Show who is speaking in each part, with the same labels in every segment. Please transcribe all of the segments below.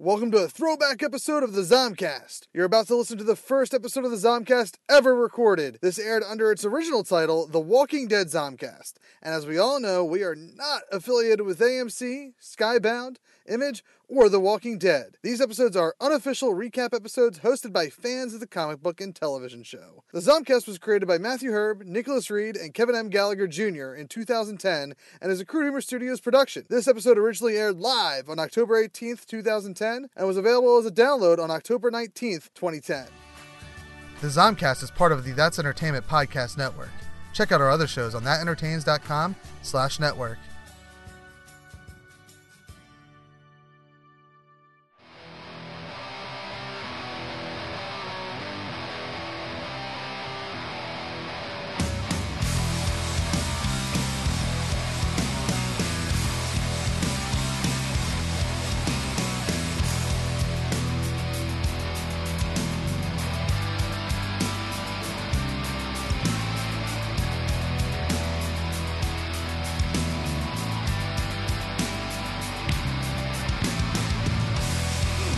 Speaker 1: Welcome to a throwback episode of the Zomcast. You're about to listen to the first episode of the Zomcast ever recorded. This aired under its original title, The Walking Dead Zomcast. And as we all know, we are not affiliated with AMC, Skybound, Image, or The Walking Dead. These episodes are unofficial recap episodes hosted by fans of the comic book and television show. The Zomcast was created by Matthew Herb, Nicholas Reed, and Kevin M. Gallagher Jr. in 2010 and is a Crude Humor Studios production. This episode originally aired live on October 18th, 2010, and was available as a download on October 19th, 2010. The Zomcast is part of the That's Entertainment Podcast Network. Check out our other shows on thatentertains.com slash network.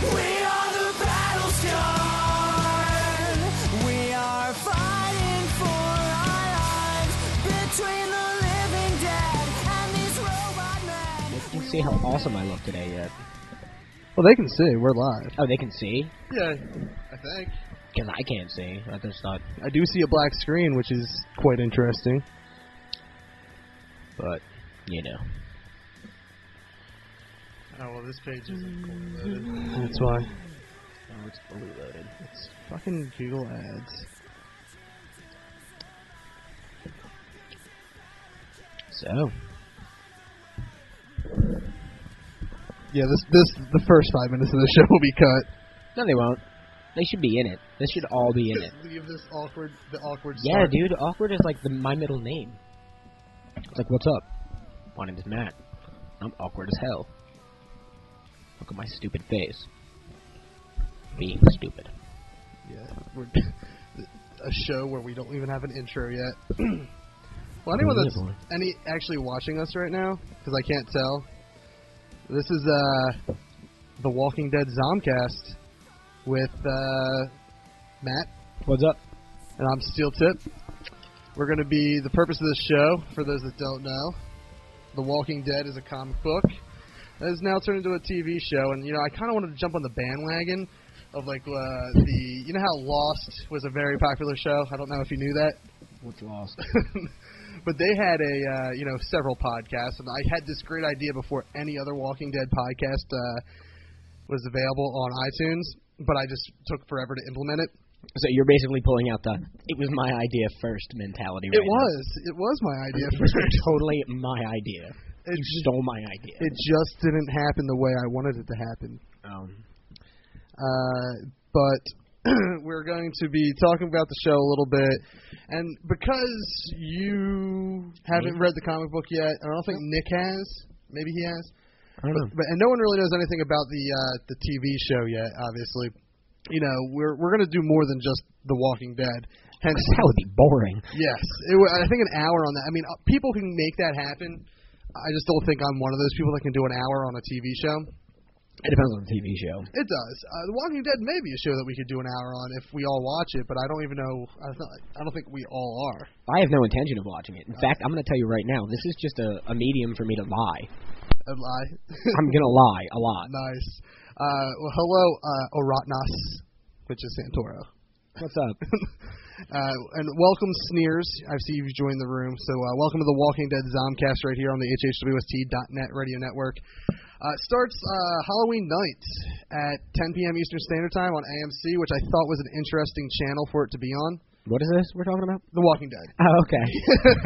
Speaker 2: We are the battle scarred. We are fighting for our lives between the living dead and these robot men.
Speaker 3: You can see how awesome I look today yet.
Speaker 4: Well, they can see. We're live.
Speaker 3: Oh, they can see?
Speaker 4: Yeah, I think.
Speaker 3: Because I can't see. I just thought.
Speaker 4: I do see a black screen, which is quite interesting.
Speaker 3: But, you know.
Speaker 5: Oh well, this page isn't fully loaded.
Speaker 4: That's why.
Speaker 3: Oh, it's fully loaded.
Speaker 4: It's fucking Google Ads.
Speaker 3: So,
Speaker 4: Yeah, this this the first five minutes of the show will be cut.
Speaker 3: no, they won't. They should be in it. They should all be in it.
Speaker 5: Leave this awkward, the awkward.
Speaker 3: Yeah,
Speaker 5: start.
Speaker 3: dude. Awkward is like the, my middle name. It's like, what's up? My name is Matt. I'm awkward as hell. Look at my stupid face. Being stupid.
Speaker 4: Yeah, we're a show where we don't even have an intro yet. well, anyone that's
Speaker 3: Really?
Speaker 4: any actually watching us right now, because I can't tell. This is uh, the Walking Dead Zomcast with uh, Matt
Speaker 3: What's up?
Speaker 4: and I'm Steel Tip. We're going to be the purpose of this show, for those that don't know, The Walking Dead is a comic book that has now turned into a TV show, and you know I kind of wanted to jump on the bandwagon of like uh, the you know how Lost was a very popular show. I don't know if you knew that
Speaker 3: What's lost?
Speaker 4: but they had a uh, you know several podcasts, and I had this great idea before any other Walking Dead podcast uh, was available on iTunes, but I just took forever to implement it.
Speaker 3: so you're basically pulling out the "it was my idea first mentality. Right
Speaker 4: It was it was my idea
Speaker 3: It was
Speaker 4: first.
Speaker 3: totally my idea. you stole my idea.
Speaker 4: It just didn't happen the way I wanted it to happen.
Speaker 3: um,
Speaker 4: Uh, but we're going to be talking about the show a little bit, and because you
Speaker 3: Mm-hmm.
Speaker 4: haven't read the comic book yet, and I don't think Nick has. Maybe he has.
Speaker 3: I don't know.
Speaker 4: But, and no one really knows anything about the uh, the TV show yet. Obviously, you know we're we're going to do more than just The Walking Dead. Hence,
Speaker 3: that would be boring.
Speaker 4: yes, it, wa- I think an hour on that. I mean, uh, people can make that happen. I just don't think I'm one of those people that can do an hour on a TV show.
Speaker 3: It depends on the TV show.
Speaker 4: It does. Uh, the Walking Dead may be a show that we could do an hour on if we all watch it, but I don't even know. I don't, I don't think we all are.
Speaker 3: I have no intention of watching it. In fact, I'm going to tell you right now, this is just a, a medium for me to lie.
Speaker 4: A lie.
Speaker 3: I'm going to lie a lot.
Speaker 4: nice. Uh, well, hello, uh, Oratnas, which is Santoro.
Speaker 3: What's up?
Speaker 4: Uh, and welcome, Sneers. I see you've joined the room. So uh, welcome to the Walking Dead Zomcast right here on the HHWST.net radio network. Uh, it starts uh, Halloween night at 10 p.m. Eastern Standard Time on AMC, which I thought was an interesting channel for it to be on.
Speaker 3: What is this we're talking about?
Speaker 4: The Walking Dead.
Speaker 3: Oh, okay.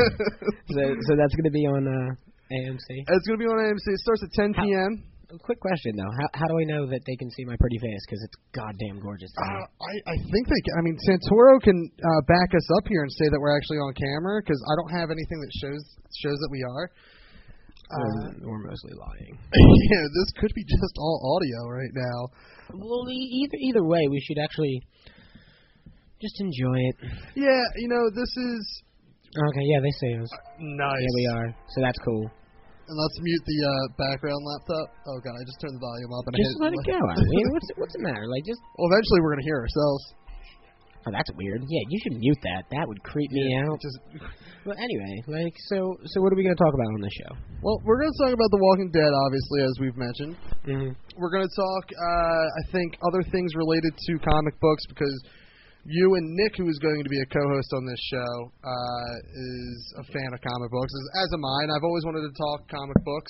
Speaker 3: so, so that's going to be on uh, AMC.
Speaker 4: It's going to be on AMC. It starts at 10
Speaker 3: How-
Speaker 4: p.m.
Speaker 3: A quick question though, how, how do I know that they can see my pretty face? Because it's goddamn gorgeous.
Speaker 4: Uh, I, I think they. Can, I mean, Santoro can uh, back us up here and say that we're actually on camera because I don't have anything that shows shows that we are. Uh,
Speaker 3: we're mostly lying.
Speaker 4: yeah, this could be just all audio right now.
Speaker 3: Well, e- either either way, we should actually just enjoy it.
Speaker 4: Yeah, you know this is
Speaker 3: Okay, yeah, they see us.
Speaker 4: nice.
Speaker 3: Yeah, we are. So that's cool.
Speaker 4: And let's mute the uh, background laptop. Oh god, I just turned the volume up and I
Speaker 3: Just
Speaker 4: hit
Speaker 3: let it go. I mean, what's what's the matter? Like, just
Speaker 4: Well, eventually we're gonna hear ourselves.
Speaker 3: oh, that's weird. Yeah, you should mute that. That would creep me out.
Speaker 4: Just
Speaker 3: Well, anyway, like, so so what are we gonna talk about on the show?
Speaker 4: well, we're gonna talk about The Walking Dead, obviously, as we've mentioned.
Speaker 3: Mm-hmm.
Speaker 4: We're gonna talk, uh, I think, other things related to comic books because you and Nick, who is going to be a co-host on this show, uh, is a fan of comic books, as, as am I. And I've always wanted to talk comic books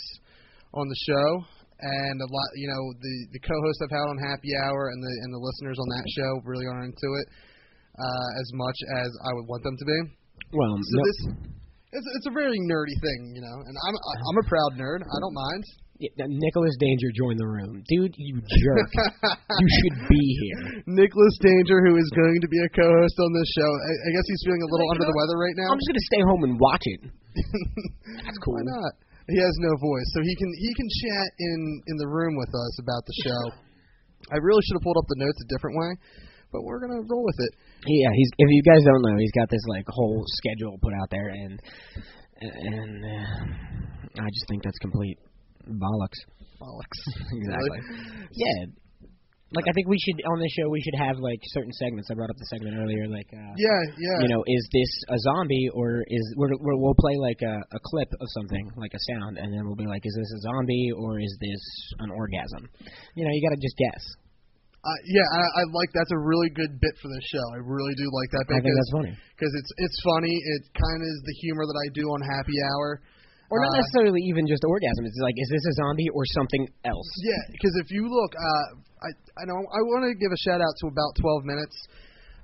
Speaker 4: on the show. And a lot, you know, the the co-host I've had on Happy Hour and the and the listeners on that show really aren't into it uh, as much as I would want them to be.
Speaker 3: Well,
Speaker 4: So
Speaker 3: no-
Speaker 4: this it's, it's a very nerdy thing, you know, and I'm I'm a proud nerd. I don't mind.
Speaker 3: Yeah, that Nicholas Danger joined the room, dude. You jerk. you should be here.
Speaker 4: Nicholas Danger, who is going to be a co-host on this show, I, I guess he's feeling a little
Speaker 3: Like, you
Speaker 4: under the
Speaker 3: know,
Speaker 4: weather right now.
Speaker 3: I'm just gonna stay home and watch it. That's cool.
Speaker 4: Why not? He has no voice, so he can he can chat in in the room with us about the show. I really should have pulled up the notes a different way, but we're gonna roll with it.
Speaker 3: Yeah, he's. If you guys don't know, he's got this like whole schedule put out there, and and uh, I just think that's complete bollocks.
Speaker 4: Bollocks.
Speaker 3: Exactly. Yeah. Like I think we should on this show we should have like certain segments. I brought up the segment earlier, like uh,
Speaker 4: Yeah, yeah.
Speaker 3: you know, is this a zombie or is we're, we're, we'll play like a, a clip of something, like a sound, and then we'll be like, is this a zombie or is this an orgasm? You know, you got to just guess.
Speaker 4: I, yeah, I, I like that's a really good bit for this show. I really do like that
Speaker 3: I
Speaker 4: bit
Speaker 3: think that's funny,
Speaker 4: because it's it's funny. It kind of is the humor that I do on Happy Hour.
Speaker 3: or not
Speaker 4: Uh,
Speaker 3: necessarily even just orgasm. It's like, is this a zombie or something else?
Speaker 4: Yeah, because if you look, uh, I I know I want to give a shout out to about 12 minutes.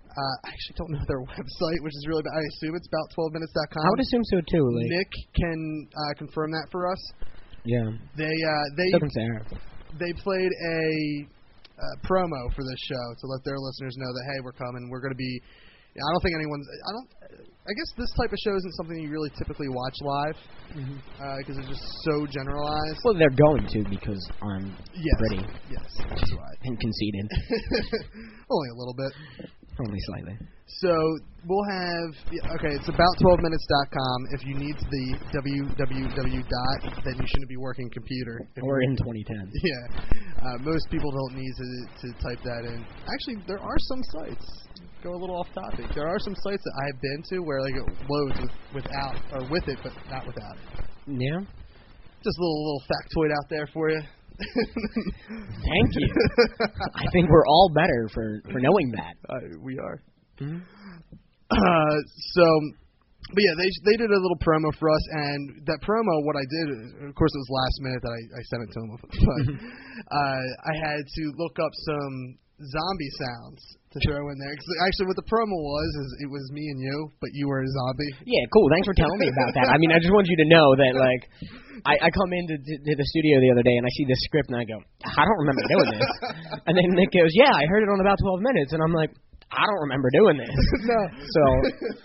Speaker 4: Uh, I actually don't know their website, which is really bad. I assume it's about 12minutes.com.
Speaker 3: I would assume so too. Like,
Speaker 4: Nick can uh, confirm that for us.
Speaker 3: yeah,
Speaker 4: They uh, they
Speaker 3: so can Sarah.
Speaker 4: they played a uh, promo for this show to let their listeners know that hey, we're coming. We're going to be. I don't think anyone's. I don't. I guess this type of show isn't something you really typically watch live because it's just so generalized.
Speaker 3: Well, they're going to because I'm
Speaker 4: yes,
Speaker 3: pretty
Speaker 4: yes, that's right.
Speaker 3: and conceited,
Speaker 4: Only a little bit.
Speaker 3: only slightly.
Speaker 4: So we'll have yeah, okay. It's about 12minutes.com. If you need the www dot, then you shouldn't be working computer. If
Speaker 3: Or in 2010.
Speaker 4: yeah, uh, most people don't need to to type that in. Actually, there are some sites. Go a little off topic. There are some sites that I've been to where like it loads with, without or with it, but not without it.
Speaker 3: Yeah.
Speaker 4: Just a little little factoid out there for you.
Speaker 3: Thank you. I think we're all better for for knowing that.
Speaker 4: uh, we are.
Speaker 3: Mhm.
Speaker 4: Uh, so, but yeah, they they did a little promo for us, and that promo, what I did, of course, it was last minute that I, I sent it to them, but uh, I had to look up some zombie sounds to throw in there. 'Cause actually, what the promo was is it was me and you, but you were a zombie.
Speaker 3: Yeah, cool. Thanks for telling me about that. I mean, I just want you to know that, like, I, I come into to, to the studio the other day and I see this script and I go, I don't remember doing this. And then Nick goes, Yeah, I heard it on about 12 minutes, and I'm like, I don't remember doing this.
Speaker 4: no,
Speaker 3: So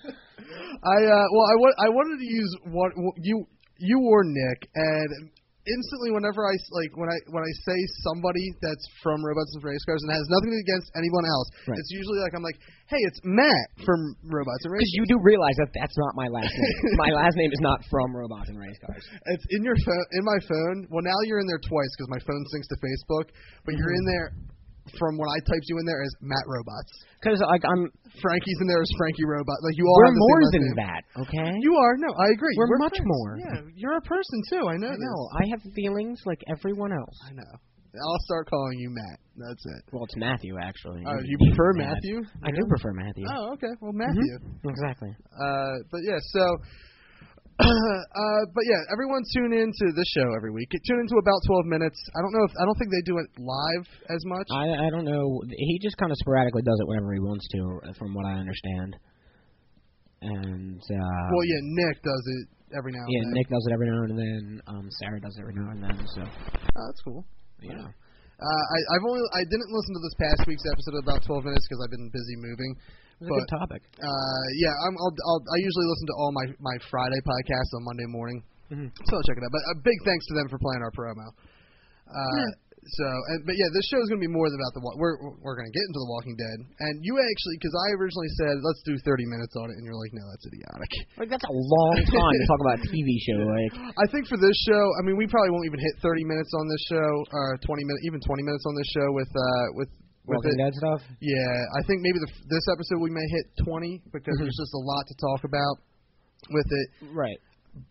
Speaker 4: I uh, well, I wa- I wanted to use what wh- you you or Nick, and instantly whenever I s- like when I when I say somebody that's from Robots and Race Cars and has nothing against anyone else,
Speaker 3: Right.
Speaker 4: it's usually like I'm like, hey, it's Matt from Robots and Race.
Speaker 3: because you do realize that that's not my last name. My last name is not from Robots and Race Cars.
Speaker 4: Cars. It's in your phone, in my phone. Well, now you're in there twice because my phone syncs to Facebook, but you're in there.
Speaker 3: Mm-hmm.
Speaker 4: From when I typed you in there as Matt Robots,
Speaker 3: Because like I'm,
Speaker 4: Frankie's in there as Frankie Robot. Like you all
Speaker 3: we're
Speaker 4: have the same
Speaker 3: more
Speaker 4: last
Speaker 3: than
Speaker 4: name.
Speaker 3: that, okay?
Speaker 4: You are no, I agree.
Speaker 3: We're much
Speaker 4: friends.
Speaker 3: more.
Speaker 4: Yeah, you're a person too. I
Speaker 3: I
Speaker 4: know. this.
Speaker 3: know. I have feelings like everyone else.
Speaker 4: I know. I'll start calling you Matt. That's it.
Speaker 3: Well, it's Matthew actually.
Speaker 4: Uh, you prefer
Speaker 3: Matt.
Speaker 4: Matthew?
Speaker 3: I do prefer Matthew.
Speaker 4: Oh, okay. Well,
Speaker 3: Mm-hmm.
Speaker 4: Matthew.
Speaker 3: Exactly.
Speaker 4: Uh, but yeah, so. uh, but yeah, everyone tune in to this show every week. Tune into about 12 minutes. I don't know if I don't think they do it live as much.
Speaker 3: I I don't know. He just kind of sporadically does it whenever he wants to, uh, from what I understand. And uh,
Speaker 4: well, yeah, Nick does it every now and
Speaker 3: yeah,
Speaker 4: then.
Speaker 3: Nick does it every now and then. Um, Sarah does it every now and then. So
Speaker 4: Oh, that's cool.
Speaker 3: you know,
Speaker 4: Uh, I, I've only I didn't listen to this past week's episode of about 12 minutes because I've been busy moving.
Speaker 3: it was a
Speaker 4: But
Speaker 3: good topic.
Speaker 4: uh, yeah, I'm, I'll, I'll, I usually listen to all my, my Friday podcasts on Monday morning,
Speaker 3: Mhm.
Speaker 4: so I'll check it out. But a big thanks to them for playing our promo. Uh, So, and, but yeah, this show is going to be more than about the. Wa- We're we're going to get into the Walking Dead, and you actually, because I originally said let's do 30 minutes on it, and you're like, no, that's idiotic.
Speaker 3: Like that's a long time to talk about a TV show. Like
Speaker 4: I think for this show, I mean, we probably won't even hit 30 minutes on this show, or 20 minutes, even 20 minutes on this show with uh with with
Speaker 3: Walking
Speaker 4: it.
Speaker 3: Dead stuff.
Speaker 4: Yeah, I think maybe the, f- this episode we may hit 20 because
Speaker 3: Mm-hmm.
Speaker 4: there's just a lot to talk about with it.
Speaker 3: Right.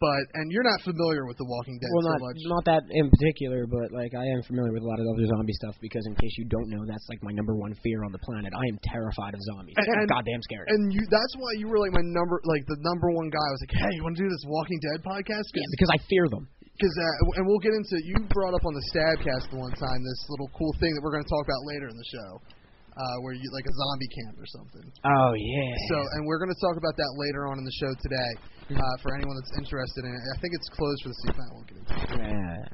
Speaker 4: But and you're not familiar with the Walking Dead
Speaker 3: Well,
Speaker 4: so
Speaker 3: not
Speaker 4: much.
Speaker 3: not that in particular, but like I am familiar with a lot of other zombie stuff because, in case you don't know, that's like my number one fear on the planet. I am terrified of zombies.
Speaker 4: And-
Speaker 3: They're
Speaker 4: and-
Speaker 3: goddamn scary.
Speaker 4: and you that's why you were like my number like the number one guy I was like hey you want to do this walking dead podcast
Speaker 3: yeah, because I fear them.
Speaker 4: because uh, and we'll get into you brought up on the stabcast the one time this little cool thing that we're going to talk about later in the show uh, where you like a zombie camp or something
Speaker 3: Oh yeah.
Speaker 4: so and we're going to talk about that later on in the show today uh, for anyone that's interested in it I think it's closed for the season I won't get into it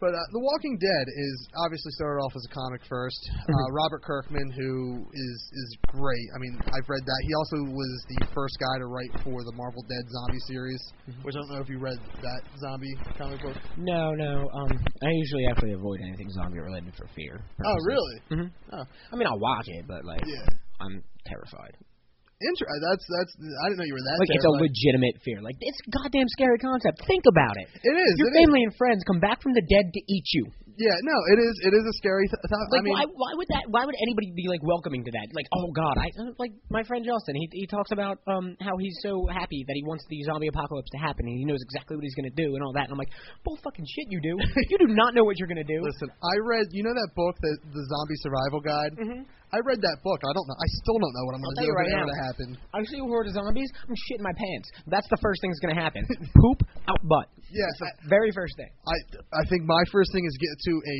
Speaker 4: but uh, The Walking Dead is obviously started off as a comic first. Uh,
Speaker 3: Mm-hmm.
Speaker 4: Robert Kirkman, who is is great. I mean, I've read that. He also was the first guy to write for the Marvel Dead zombie series,
Speaker 3: Mm-hmm.
Speaker 4: which I don't know if you read that zombie comic book.
Speaker 3: No, no. Um, I usually actually avoid anything zombie related for fear.
Speaker 4: Oh, really?
Speaker 3: hmm Oh, I mean, I'll watch it, but like,
Speaker 4: Yeah.
Speaker 3: I'm terrified.
Speaker 4: Inter- uh, that's that's. I didn't know you were that.
Speaker 3: Like, it's a
Speaker 4: terrified.
Speaker 3: legitimate fear. Like, it's a goddamn scary concept. Think about it.
Speaker 4: It is.
Speaker 3: Your
Speaker 4: it is.
Speaker 3: family and friends come back from the dead to eat you.
Speaker 4: Yeah. No. It is. It is a scary. Th- th-
Speaker 3: Like,
Speaker 4: I mean.
Speaker 3: why, why would that? Why would anybody be like welcoming to that? Like, oh God, I like my friend Justin. He he talks about um how he's so happy that he wants the zombie apocalypse to happen and he knows exactly what he's gonna do and all that. And I'm like, bull fucking shit, you do. you do not know what you're gonna do.
Speaker 4: Listen, I read. You know that book, that the Zombie Survival Guide. Mm-hmm. I read that book. I don't know. I still don't know what I'm going
Speaker 3: tell
Speaker 4: to do
Speaker 3: you right
Speaker 4: if it
Speaker 3: now.
Speaker 4: ever to happen.
Speaker 3: I see a horde of zombies. I'm shitting my pants. That's the first thing that's gonna happen. Poop out butt.
Speaker 4: Yeah,
Speaker 3: That's the
Speaker 4: I-
Speaker 3: very first thing.
Speaker 4: I I think my first thing is get to a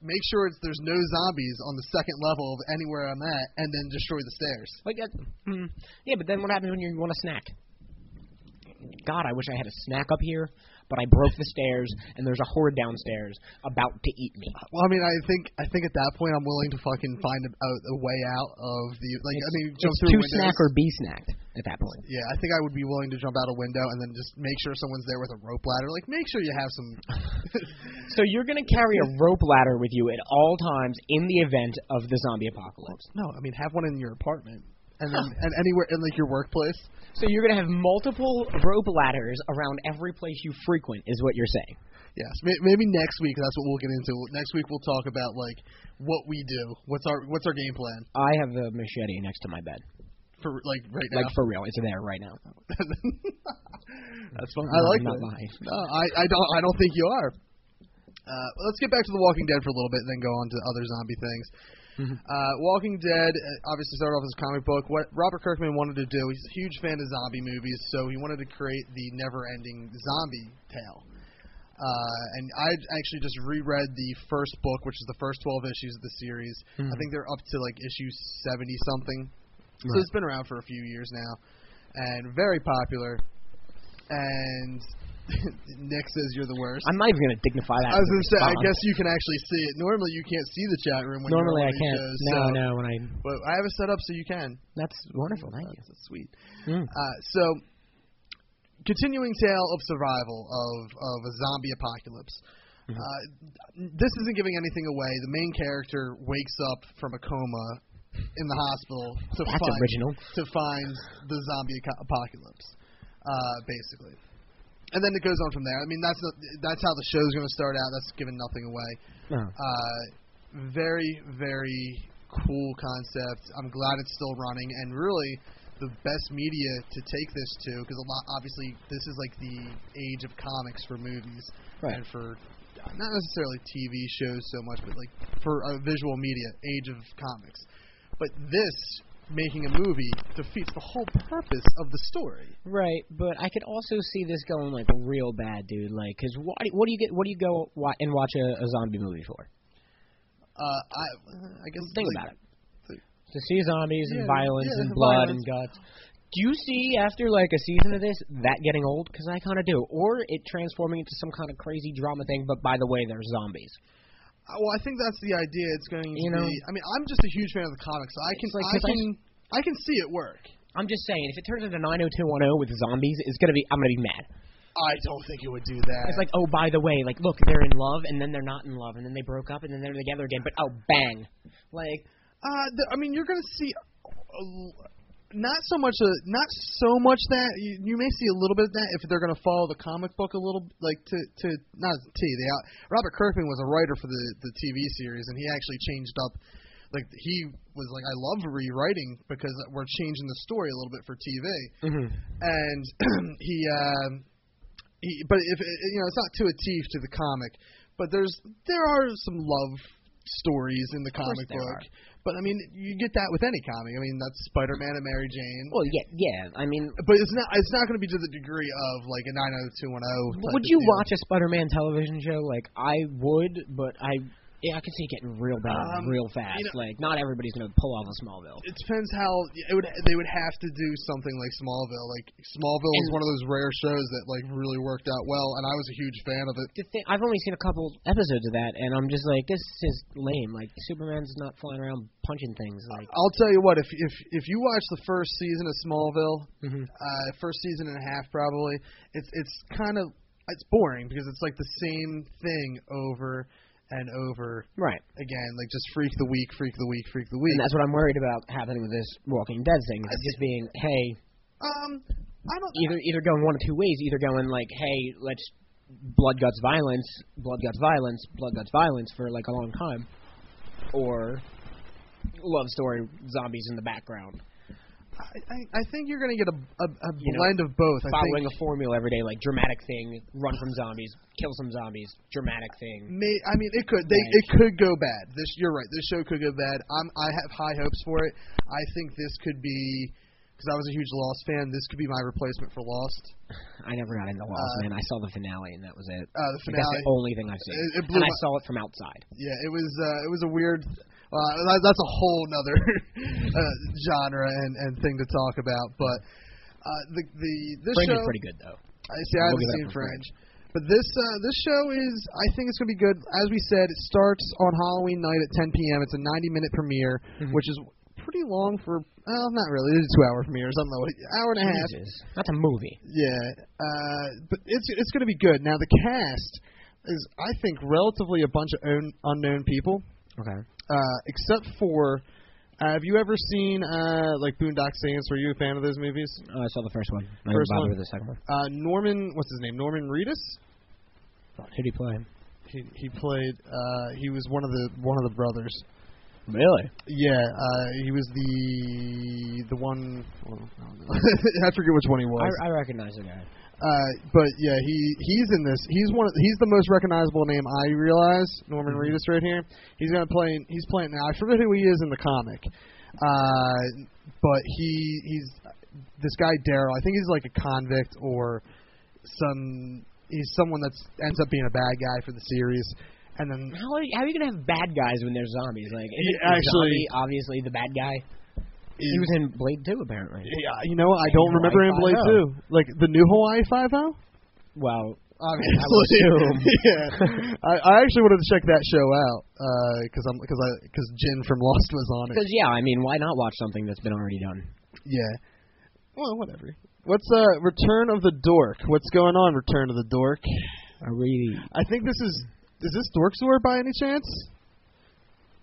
Speaker 4: make sure it's, there's no zombies on the second level of anywhere I'm at, and then destroy the stairs.
Speaker 3: Like that. Mm, yeah, but then what happens when you want a snack? God, I wish I had a snack up here, but I broke the stairs, and there's a horde downstairs about to eat me.
Speaker 4: Well, I mean, I think I think at that point I'm willing to fucking find a, a, a way out of the like. I mean, jump
Speaker 3: It's
Speaker 4: through
Speaker 3: to
Speaker 4: windows.
Speaker 3: snack or be snacked at that point.
Speaker 4: yeah, I think I would be willing to jump out a window and then just make sure someone's there with a rope ladder. Like, make sure you have some.
Speaker 3: So you're gonna carry a rope ladder with you at all times in the event of the zombie apocalypse.
Speaker 4: no, I mean, have one in your apartment and then and anywhere in like your workplace.
Speaker 3: So you're gonna have multiple rope ladders around every place you frequent, is what you're saying.
Speaker 4: Yes, may- maybe next week. That's what we'll get into. Next week we'll talk about like what we do. What's our what's our game plan
Speaker 3: I have a machete next to my bed.
Speaker 4: for like right now?
Speaker 3: Like for real, it's there right now.
Speaker 4: that's fun.
Speaker 3: No,
Speaker 4: I like
Speaker 3: I'm not
Speaker 4: that.
Speaker 3: lying.
Speaker 4: No, I I don't I don't think you are. Uh, let's get back to The Walking Dead for a little bit, and then go on to other zombie things.
Speaker 3: Mm-hmm.
Speaker 4: Uh, Walking Dead uh, obviously started off as a comic book. What Robert Kirkman wanted to do, he's a huge fan of zombie movies, so he wanted to create the never-ending zombie tale. Uh, and I actually just reread the first book, which is the first 12 issues of the series.
Speaker 3: Hmm.
Speaker 4: I think they're up to like issue 70 something. So it's been around for a few years now, and very popular. And Nick says you're the worst.
Speaker 3: I'm not even gonna dignify that.
Speaker 4: I
Speaker 3: with
Speaker 4: was
Speaker 3: a
Speaker 4: gonna say, I
Speaker 3: response.
Speaker 4: guess you can actually see it. Normally, you can't see the chat room. When
Speaker 3: normally I
Speaker 4: you're on
Speaker 3: can't.
Speaker 4: these Shows,
Speaker 3: no,
Speaker 4: so,
Speaker 3: no. When I
Speaker 4: But I have it set up so you can.
Speaker 3: that's wonderful. Thank you.
Speaker 4: That's, that's sweet.
Speaker 3: Mm.
Speaker 4: Uh, so, continuing tale of survival of of a zombie apocalypse.
Speaker 3: Mm-hmm.
Speaker 4: Uh, this isn't giving anything away. The main character wakes up from a coma in the hospital to
Speaker 3: That's
Speaker 4: find
Speaker 3: original.
Speaker 4: to find the zombie aco- apocalypse, uh, basically. And then it goes on from there. I mean, that's the, that's how the show's going to start out. That's giving nothing away.
Speaker 3: No.
Speaker 4: Uh, very, very cool concept. I'm glad it's still running, and really the best media to take this to because a lot obviously this is like the age of comics for movies
Speaker 3: Right.
Speaker 4: and for uh, not necessarily TV shows so much, but like for uh, visual media, age of comics. But this making a movie defeats the whole purpose of the story.
Speaker 3: Right, but I could also see this going like real bad, dude. Like, cause what what do you get? What do you go wa- and watch a, a zombie movie for?
Speaker 4: Uh, I, I guess
Speaker 3: Think about
Speaker 4: like,
Speaker 3: it. To see zombies and
Speaker 4: Yeah,
Speaker 3: violence
Speaker 4: yeah,
Speaker 3: and
Speaker 4: the
Speaker 3: blood
Speaker 4: violence.
Speaker 3: and guts. Do you see after like a season of this that getting old? Because I kind of do, or it transforming into some kind of crazy drama thing. But by the way, they're zombies.
Speaker 4: Uh, Well, I think that's the idea. It's going to
Speaker 3: You know?
Speaker 4: be. I mean, I'm just a huge fan of the comics. So I can,
Speaker 3: It's like-
Speaker 4: I
Speaker 3: it's like-
Speaker 4: can, I can see it work.
Speaker 3: oh I'm just saying, if it turns into 90210 with zombies, it's gonna be I'm gonna be mad.
Speaker 4: I don't think it would do that.
Speaker 3: It's like, oh, by the way, like, look, they're in love, and then they're not in love, and then they broke up, and then they're together again. But oh, bang! Like,
Speaker 4: Uh, th- I mean, you're going to see a l- not so much a, not so much that you, you may see a little bit of that if they're going to follow the comic book a little like to to not as a T. They out, Robert Kirkman was a writer for the the TV series and he actually changed up like he was like I love rewriting because we're changing the story a little bit for TV.
Speaker 3: Mm-hmm.
Speaker 4: And he um he, but if you know it's not to a T to the comic, but there's there are some love stories in the
Speaker 3: course
Speaker 4: comic
Speaker 3: there
Speaker 4: book.
Speaker 3: are.
Speaker 4: But I mean, you get that with any comic. I mean, that's Spider-Man and Mary Jane.
Speaker 3: well, yeah, yeah. I mean,
Speaker 4: but it's not it's not going to be to the degree of like a 90210. type
Speaker 3: would
Speaker 4: of
Speaker 3: you
Speaker 4: deal.
Speaker 3: watch a Spider-Man television show? Like, I would, but I, yeah, I could see it getting real bad,
Speaker 4: Um,
Speaker 3: real fast.
Speaker 4: you know-
Speaker 3: like, not everybody's gonna pull off a Smallville.
Speaker 4: It depends how it would. They would have to do something like Smallville. Like Smallville is
Speaker 3: And-
Speaker 4: one of those rare shows that like really worked out well, and I was a huge fan of it.
Speaker 3: The thing, I've only seen a couple episodes of that, and I'm just like, this is lame. Like, Superman's not flying around punching things. Like,
Speaker 4: I'll tell you what, if if if you watch the first season of Smallville,
Speaker 3: Mhm.
Speaker 4: uh, first season and a half probably, it's it's kind of it's boring because it's like the same thing over and over
Speaker 3: right.
Speaker 4: again, like just freak the week, freak the week, freak the week.
Speaker 3: And that's what I'm worried about happening with this Walking Dead thing.
Speaker 4: I
Speaker 3: It's just being, hey,
Speaker 4: um, I don't.
Speaker 3: either either going one of two ways. Either going like, hey, let's blood guts violence, blood guts violence, blood guts violence for like a long time, or love story zombies in the background,
Speaker 4: I, I, I think you're gonna get a a, a
Speaker 3: You know,
Speaker 4: blend of both. I
Speaker 3: following
Speaker 4: think
Speaker 3: a formula every day, like dramatic thing, run from zombies, kill some zombies, dramatic thing.
Speaker 4: May, I mean, it could. They, it could go bad. This, you're right. This show could go bad. I'm, I have high hopes for it. I think this could be, because I was a huge Lost fan. This could be my replacement for Lost.
Speaker 3: I never got into Lost,
Speaker 4: Uh,
Speaker 3: man. I saw the finale and that was it.
Speaker 4: Uh, the
Speaker 3: Like, that's
Speaker 4: finale.
Speaker 3: the only thing I've seen,
Speaker 4: It- it blew
Speaker 3: and I
Speaker 4: my-
Speaker 3: saw it from outside.
Speaker 4: Yeah, it was. Uh, it was a weird. Uh, that, that's a whole nother uh, genre and, and thing to talk about. But uh, the the this
Speaker 3: Fringe
Speaker 4: show.
Speaker 3: is pretty good though.
Speaker 4: I see.
Speaker 3: We'll
Speaker 4: I haven't
Speaker 3: get that
Speaker 4: seen
Speaker 3: from
Speaker 4: Fringe. But this uh, this show is, I think it's gonna be good. As we said, it starts on Halloween night at 10 p.m. It's a 90 minute premiere,
Speaker 3: Mm-hmm.
Speaker 4: which is pretty long for. Well, not really. It's a two hour premiere. So I don't know. Hour and a half.
Speaker 3: Jesus, that's a movie.
Speaker 4: Yeah, uh, but it's it's going to be good. Now the cast is, I think, relatively a bunch of own, unknown people,
Speaker 3: Okay.
Speaker 4: uh, except for. Uh, have you ever seen uh, like Boondock Saints? Were you a fan of those movies?
Speaker 3: Uh, I saw the first one. I
Speaker 4: First
Speaker 3: didn't bother
Speaker 4: one.
Speaker 3: with the second one.
Speaker 4: Uh, Norman, what's his name? Norman Reedus.
Speaker 3: Who do you play?
Speaker 4: He he played. Uh, he was one of the one of the brothers.
Speaker 3: Really?
Speaker 4: Yeah, uh, he was the the one. well, I, don't know. I forget which one he was.
Speaker 3: I, I recognize the guy.
Speaker 4: Uh, but yeah, he he's in this. He's one. Of, he's the most recognizable name I realize. Norman
Speaker 3: Mm-hmm.
Speaker 4: Reedus right here. He's gonna play. He's playing now. I forget who he is in the comic, uh, but he he's this guy Daryl. I think he's like a convict or some. He's someone that's ends up being a bad guy for the series, and then
Speaker 3: How are you, how are you gonna have bad guys when they're zombies? Like,
Speaker 4: He
Speaker 3: isn't
Speaker 4: actually-
Speaker 3: zombie obviously the bad guy. He
Speaker 4: is-
Speaker 3: was in Blade Two apparently.
Speaker 4: Yeah, you know, I
Speaker 3: New
Speaker 4: don't remember him in
Speaker 3: Hawaii
Speaker 4: Blade Two. Like the new Hawaii Five O.
Speaker 3: Well, I would assume.
Speaker 4: Obviously, yeah. I, I actually wanted to check that show out because I'm because I because Jin from Lost was on it.
Speaker 3: because yeah, I mean, why not watch something that's been already done?
Speaker 4: Yeah. Well, whatever. What's uh Return of the Dork? What's going on, Return of the Dork?
Speaker 3: Are we?
Speaker 4: I think this is is this Dorkzor by any chance?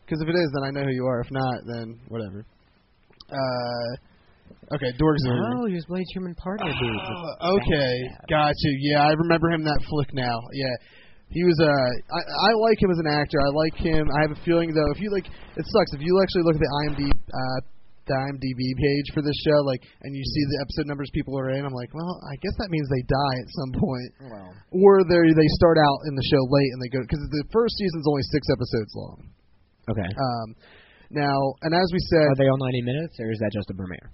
Speaker 4: Because if it is, then I know who you are. If not, then whatever. Uh, okay, Dorkzor.
Speaker 3: Oh, he was Blade's human partner, dude.
Speaker 4: Oh, okay, got you. Yeah, I remember him in that flick now. Yeah, he was. Uh, I, I like him as an actor. I like him. I have a feeling though, if you like, it sucks if you actually look at the IMDb, uh, the IMDb page for this show, like, and you see the episode numbers people are in. I'm like, well, I guess that means they die at some point,
Speaker 3: Well,
Speaker 4: or they they start out in the show late and they go because the first season's only six episodes long.
Speaker 3: okay.
Speaker 4: Um, now, and as we said,
Speaker 3: Are they all 90 minutes, or is that just a premiere?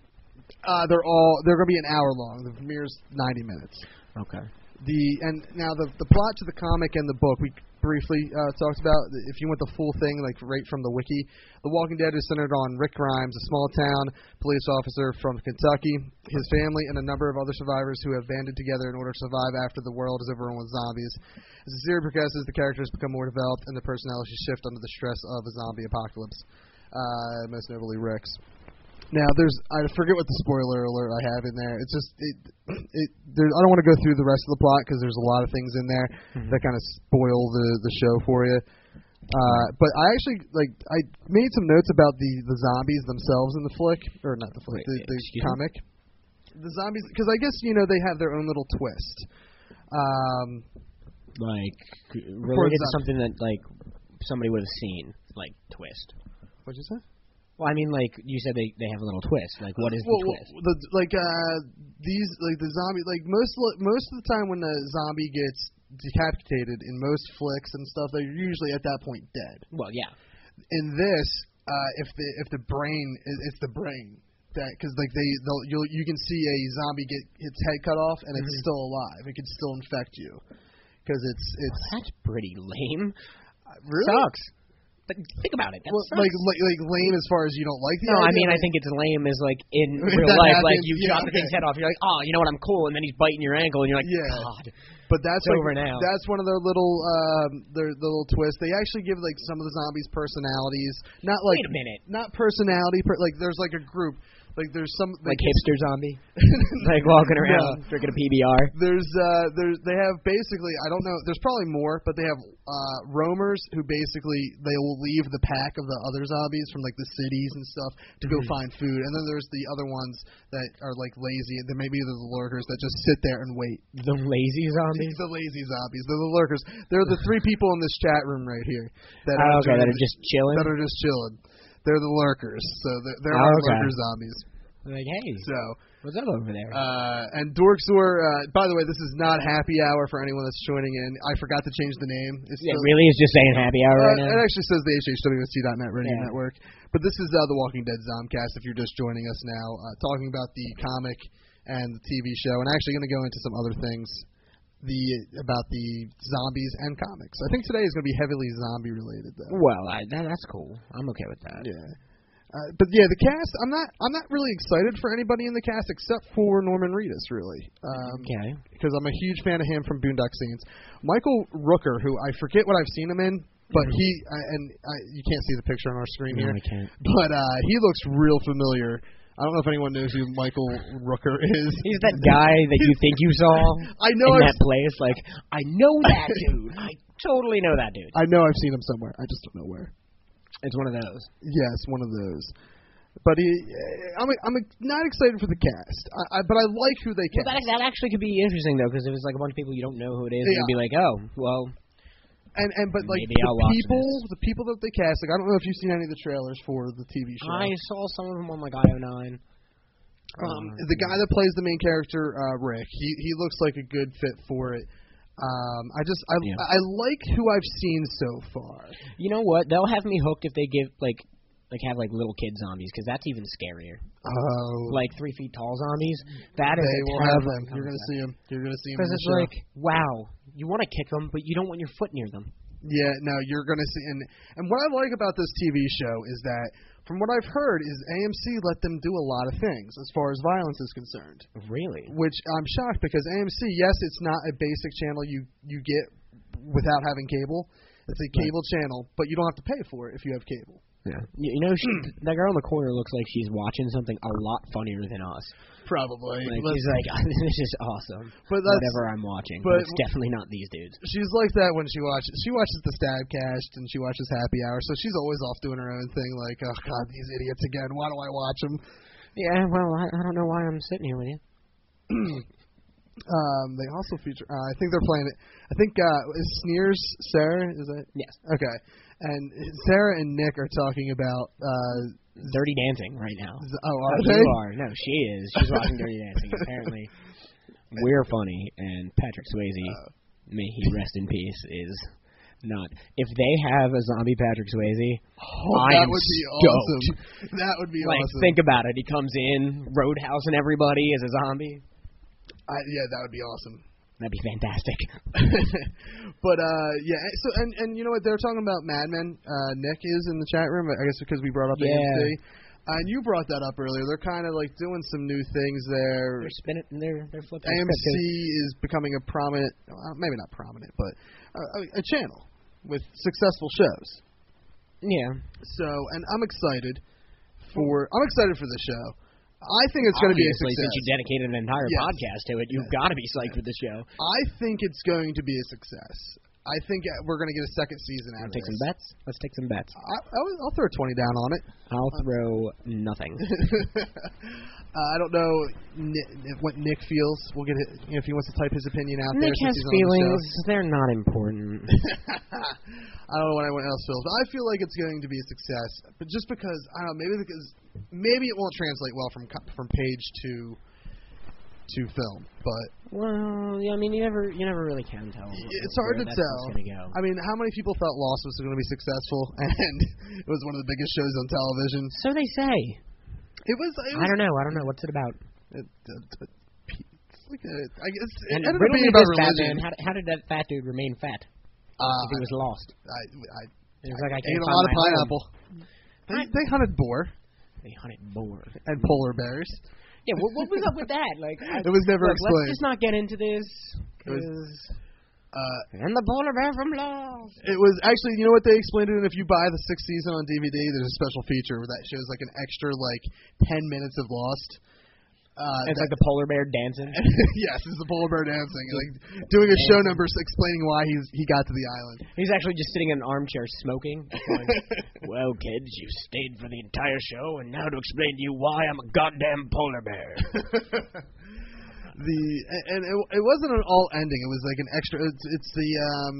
Speaker 4: uh, they're all they're going to be an hour long. The premiere's 90 minutes.
Speaker 3: Okay.
Speaker 4: the and now the the plot to the comic and the book we briefly uh, talked about. If you want the full thing, like right from the wiki, The Walking Dead is centered on Rick Grimes, a small town police officer from Kentucky, his family, and a number of other survivors who have banded together in order to survive after the world is overrun with zombies. As the series progresses, the characters become more developed and the personalities shift under the stress of a zombie apocalypse. Uh, most notably, Rick's. Now there's I forget what the spoiler alert I have in there. It's just it, it there, I don't want to go through the rest of the plot because there's a lot of things in there
Speaker 3: Mm-hmm.
Speaker 4: that kind of spoil the the show for you. Uh, but I actually like I made some notes about the the zombies themselves in the flick or not the
Speaker 3: Wait,
Speaker 4: flick the, the
Speaker 3: excuse me?
Speaker 4: comic. The zombies because I guess you know they have their own little twist. Um,
Speaker 3: Like
Speaker 4: For
Speaker 3: related to
Speaker 4: example.
Speaker 3: something that like somebody would have seen, like twist.
Speaker 4: what'd you say?
Speaker 3: Well, I mean, like you said, they they have a little twist. Like, what is the
Speaker 4: well, well,
Speaker 3: twist?
Speaker 4: the like uh these like the zombie like most li- most of the time when the zombie gets decapitated in most flicks and stuff they're usually at that point dead.
Speaker 3: Well, yeah,
Speaker 4: In this, uh, if the if the brain it- it's the brain that because like they they'll you will you can see a zombie get its head cut off and
Speaker 3: Mm-hmm.
Speaker 4: it's still alive. It can still infect you because it's it's
Speaker 3: that's pretty lame.
Speaker 4: really
Speaker 3: Sucks. But think about it. That
Speaker 4: Well,
Speaker 3: sucks.
Speaker 4: like, like like lame as far as you don't like the
Speaker 3: no, I
Speaker 4: idea,
Speaker 3: mean, I
Speaker 4: but-
Speaker 3: think it's lame is like in
Speaker 4: If
Speaker 3: real
Speaker 4: that
Speaker 3: life, like
Speaker 4: happens,
Speaker 3: you
Speaker 4: yeah,
Speaker 3: chop the thing's
Speaker 4: okay.
Speaker 3: head off. You're like, oh, you know what? I'm cool. And then he's biting your ankle, and you're like,
Speaker 4: Yeah.
Speaker 3: God.
Speaker 4: But that's
Speaker 3: It's
Speaker 4: like,
Speaker 3: over now.
Speaker 4: That's one of their little um, their, their little twists. They actually give like some of the zombies personalities. Not like
Speaker 3: Wait a minute.
Speaker 4: Not personality. Per, like there's like a group. Like there's some
Speaker 3: Like hipster zombie, like walking around drinking a PBR.
Speaker 4: There's uh there's they have basically I don't know there's probably more but they have uh roamers who basically they will leave the pack of the other zombies from like the cities and stuff to
Speaker 3: Mm-hmm.
Speaker 4: go find food and then there's the other ones that are like lazy and then maybe they're the lurkers that just sit there and wait
Speaker 3: The lazy zombie.
Speaker 4: the lazy zombies. They're the lurkers. They're the three people in this chat room right here that
Speaker 3: Oh,
Speaker 4: are
Speaker 3: okay, that
Speaker 4: doing
Speaker 3: are just chilling.
Speaker 4: that are just chilling. They're the lurkers. So they're, they're
Speaker 3: Oh,
Speaker 4: our
Speaker 3: okay.
Speaker 4: lurker zombies.
Speaker 3: Like, hey,
Speaker 4: So
Speaker 3: what's up over there?
Speaker 4: uh, and Dorkzor. Uh, by the way, this is not happy hour for anyone that's joining in. I forgot to change the name. It's
Speaker 3: yeah,
Speaker 4: still-
Speaker 3: really, it's just saying happy hour
Speaker 4: uh,
Speaker 3: right now.
Speaker 4: it actually says the HHWST.net radio
Speaker 3: Yeah.
Speaker 4: network, but this is uh, the Walking Dead Zomcast. If you're just joining us now, uh, talking about the comic and the TV show, and actually going to go into some other things the about the zombies and comics. I think today is going to be heavily zombie related, though.
Speaker 3: Well, I, that, that's cool. I'm okay with that.
Speaker 4: Yeah. Uh, but yeah, the cast. I'm not. I'm not really excited for anybody in the cast except for Norman Reedus, really. Um,
Speaker 3: Okay.
Speaker 4: because I'm a huge fan of him from Boondock Saints. Michael Rooker, who I forget what I've seen him in, but he I, and I, you can't see the picture on our screen
Speaker 3: Mm-hmm. No, I
Speaker 4: here,
Speaker 3: can't.
Speaker 4: but uh, he looks real familiar. I don't know if anyone knows who Michael Rooker is.
Speaker 3: He's that guy that you think you saw
Speaker 4: I know
Speaker 3: in
Speaker 4: I've
Speaker 3: that place. Like, I know that dude. I totally know that dude.
Speaker 4: I know I've seen him somewhere. I just don't know where.
Speaker 3: It's one of those.
Speaker 4: Yes, one of those. But he, eh, I'm I'm not excited for the cast, I, I, but I like who they
Speaker 3: Well,
Speaker 4: cast.
Speaker 3: that, that actually could be interesting though, because if it's like a bunch of people you don't know who it is,
Speaker 4: Yeah.
Speaker 3: you'd be like, oh, well,
Speaker 4: and and but like
Speaker 3: Maybe
Speaker 4: the
Speaker 3: I'll watch
Speaker 4: people, the people that they cast. Like I don't know if you've seen any of the trailers for the TV show.
Speaker 3: I saw some of them on like oh IO9.
Speaker 4: Um,
Speaker 3: Uh,
Speaker 4: the guy that plays the main character, uh, Rick, he he looks like a good fit for it. Um, I just I
Speaker 3: Yeah. Uh-huh.
Speaker 4: I like who I've seen so far.
Speaker 3: You know what? They'll have me hooked if they give like, like have like little kid zombies, because that's even scarier.
Speaker 4: Oh,
Speaker 3: Like three feet tall zombies. That is
Speaker 4: they
Speaker 3: a
Speaker 4: will have
Speaker 3: terrifying
Speaker 4: them. You're gonna see them. You're gonna see them.
Speaker 3: Because it's like, wow, you want to kick them, but you don't want your foot near them.
Speaker 4: yeah, no, you're gonna see. And and what I like about this TV show is that, from what I've heard, is AMC let them do a lot of things as far as violence is concerned.
Speaker 3: Really?
Speaker 4: which I'm shocked because AMC, yes, it's not a basic channel you you get without having cable. It's a cable channel, but you don't have to pay for it if you have cable.
Speaker 3: Yeah. You, you know, she, that girl in the corner looks like she's watching something a lot funnier than us.
Speaker 4: Probably.
Speaker 3: Like,
Speaker 4: But
Speaker 3: she's like, this is awesome.
Speaker 4: But that's-
Speaker 3: whatever I'm watching,
Speaker 4: but-
Speaker 3: but it's definitely not these dudes.
Speaker 4: she's like that when she watches she watches the Stabcast and she watches Happy Hour, so she's always off doing her own thing. Like, oh god, these idiots again. Why do I watch them?
Speaker 3: Yeah, well, I, I don't know why I'm sitting here with you.
Speaker 4: Um, they also feature. Uh, I think they're playing it. I think uh, is Sneers Sarah is that
Speaker 3: Yes.
Speaker 4: okay? And Sarah and Nick are talking about. Uh,
Speaker 3: Dirty Dancing right now.
Speaker 4: z- oh, are
Speaker 3: Oh,
Speaker 4: they?
Speaker 3: you are. No, she is. She's watching Dirty Dancing. Apparently, we're funny, and Patrick Swayze, may he rest in peace, is not. If they have a zombie Patrick Swayze, I
Speaker 4: Oh, that
Speaker 3: am
Speaker 4: would be
Speaker 3: stoked.
Speaker 4: awesome. That would be
Speaker 3: Like,
Speaker 4: awesome.
Speaker 3: think about it. He comes in, roadhouse and everybody as a zombie.
Speaker 4: I, yeah, that would be awesome.
Speaker 3: That'd be fantastic.
Speaker 4: but uh, yeah, so and and you know what they're talking about Mad Men. Uh, Nick is in the chat room, I guess because we brought up
Speaker 3: Yeah.
Speaker 4: AMC. Uh, and you brought that up earlier. They're kind of like doing some new things there.
Speaker 3: they're spinning. They're they're flipping. the script,
Speaker 4: AMC
Speaker 3: 'cause-
Speaker 4: is becoming a prominent, uh, maybe not prominent, but a, a channel with successful shows.
Speaker 3: Yeah.
Speaker 4: So, and I'm excited for. I'm excited for the show. I think it's going to be a
Speaker 3: Obviously,
Speaker 4: success.
Speaker 3: since you dedicated an entire
Speaker 4: Yes.
Speaker 3: podcast to it, you've got to be psyched for the show.
Speaker 4: I think it's going to be a success. I think uh, we're going to get a second season out
Speaker 3: Wanna
Speaker 4: of
Speaker 3: take some
Speaker 4: this.
Speaker 3: bets. Let's take some bets.
Speaker 4: I, I'll, I'll throw a twenty down on it.
Speaker 3: I'll throw nothing.
Speaker 4: uh, I don't know Nick, what Nick feels. We'll get it if he wants to type his opinion out there.
Speaker 3: Nick
Speaker 4: since
Speaker 3: has
Speaker 4: he's on the show.
Speaker 3: feelings. They're not important.
Speaker 4: I don't know what anyone else feels, but I feel like it's going to be a success. But just because I don't know, maybe because maybe it won't translate well from co- from page to to film. But
Speaker 3: well, yeah, I mean, you never, you never really can tell.
Speaker 4: it's hard
Speaker 3: where
Speaker 4: to
Speaker 3: that
Speaker 4: tell.
Speaker 3: stuff's gonna go.
Speaker 4: I mean, how many people felt Lost was going to be successful, and it was one of the biggest shows on television.
Speaker 3: So they say.
Speaker 4: It was. It was
Speaker 3: I don't know. I don't know. What's it about?
Speaker 4: It, it- it- it's like a, I guess it
Speaker 3: And
Speaker 4: ended up
Speaker 3: riddle me
Speaker 4: being about
Speaker 3: this,
Speaker 4: religion.
Speaker 3: Batman. How, how did that fat dude remain fat?
Speaker 4: Uh,
Speaker 3: if he was lost.
Speaker 4: I, I,
Speaker 3: It was like I
Speaker 4: I
Speaker 3: can't
Speaker 4: ate a
Speaker 3: find
Speaker 4: lot of
Speaker 3: my home.
Speaker 4: pineapple. They, they hunted boar
Speaker 3: They hunted boar.
Speaker 4: and polar bears.
Speaker 3: Yeah, what, what was up with that? Like, I-
Speaker 4: It was never
Speaker 3: look,
Speaker 4: explained.
Speaker 3: Let's just not get into this.
Speaker 4: It was-
Speaker 3: 'cause-
Speaker 4: Uh,
Speaker 3: and the polar bear from Lost.
Speaker 4: It was actually, you know what they explained it. in? If you buy the sixth season on DVD, there's a special feature where that shows like an extra like ten minutes of Lost. Uh,
Speaker 3: It's like
Speaker 4: that-
Speaker 3: the polar bear dancing.
Speaker 4: yes, it's the polar bear dancing, like doing a show number s- explaining why he's he got to the island.
Speaker 3: He's actually just sitting in an armchair smoking. Going, well, kids, you stayed for the entire show, and now to explain to you why I'm a goddamn polar bear.
Speaker 4: the and- and it, it wasn't an all ending. It was like an extra. It's, it's the um,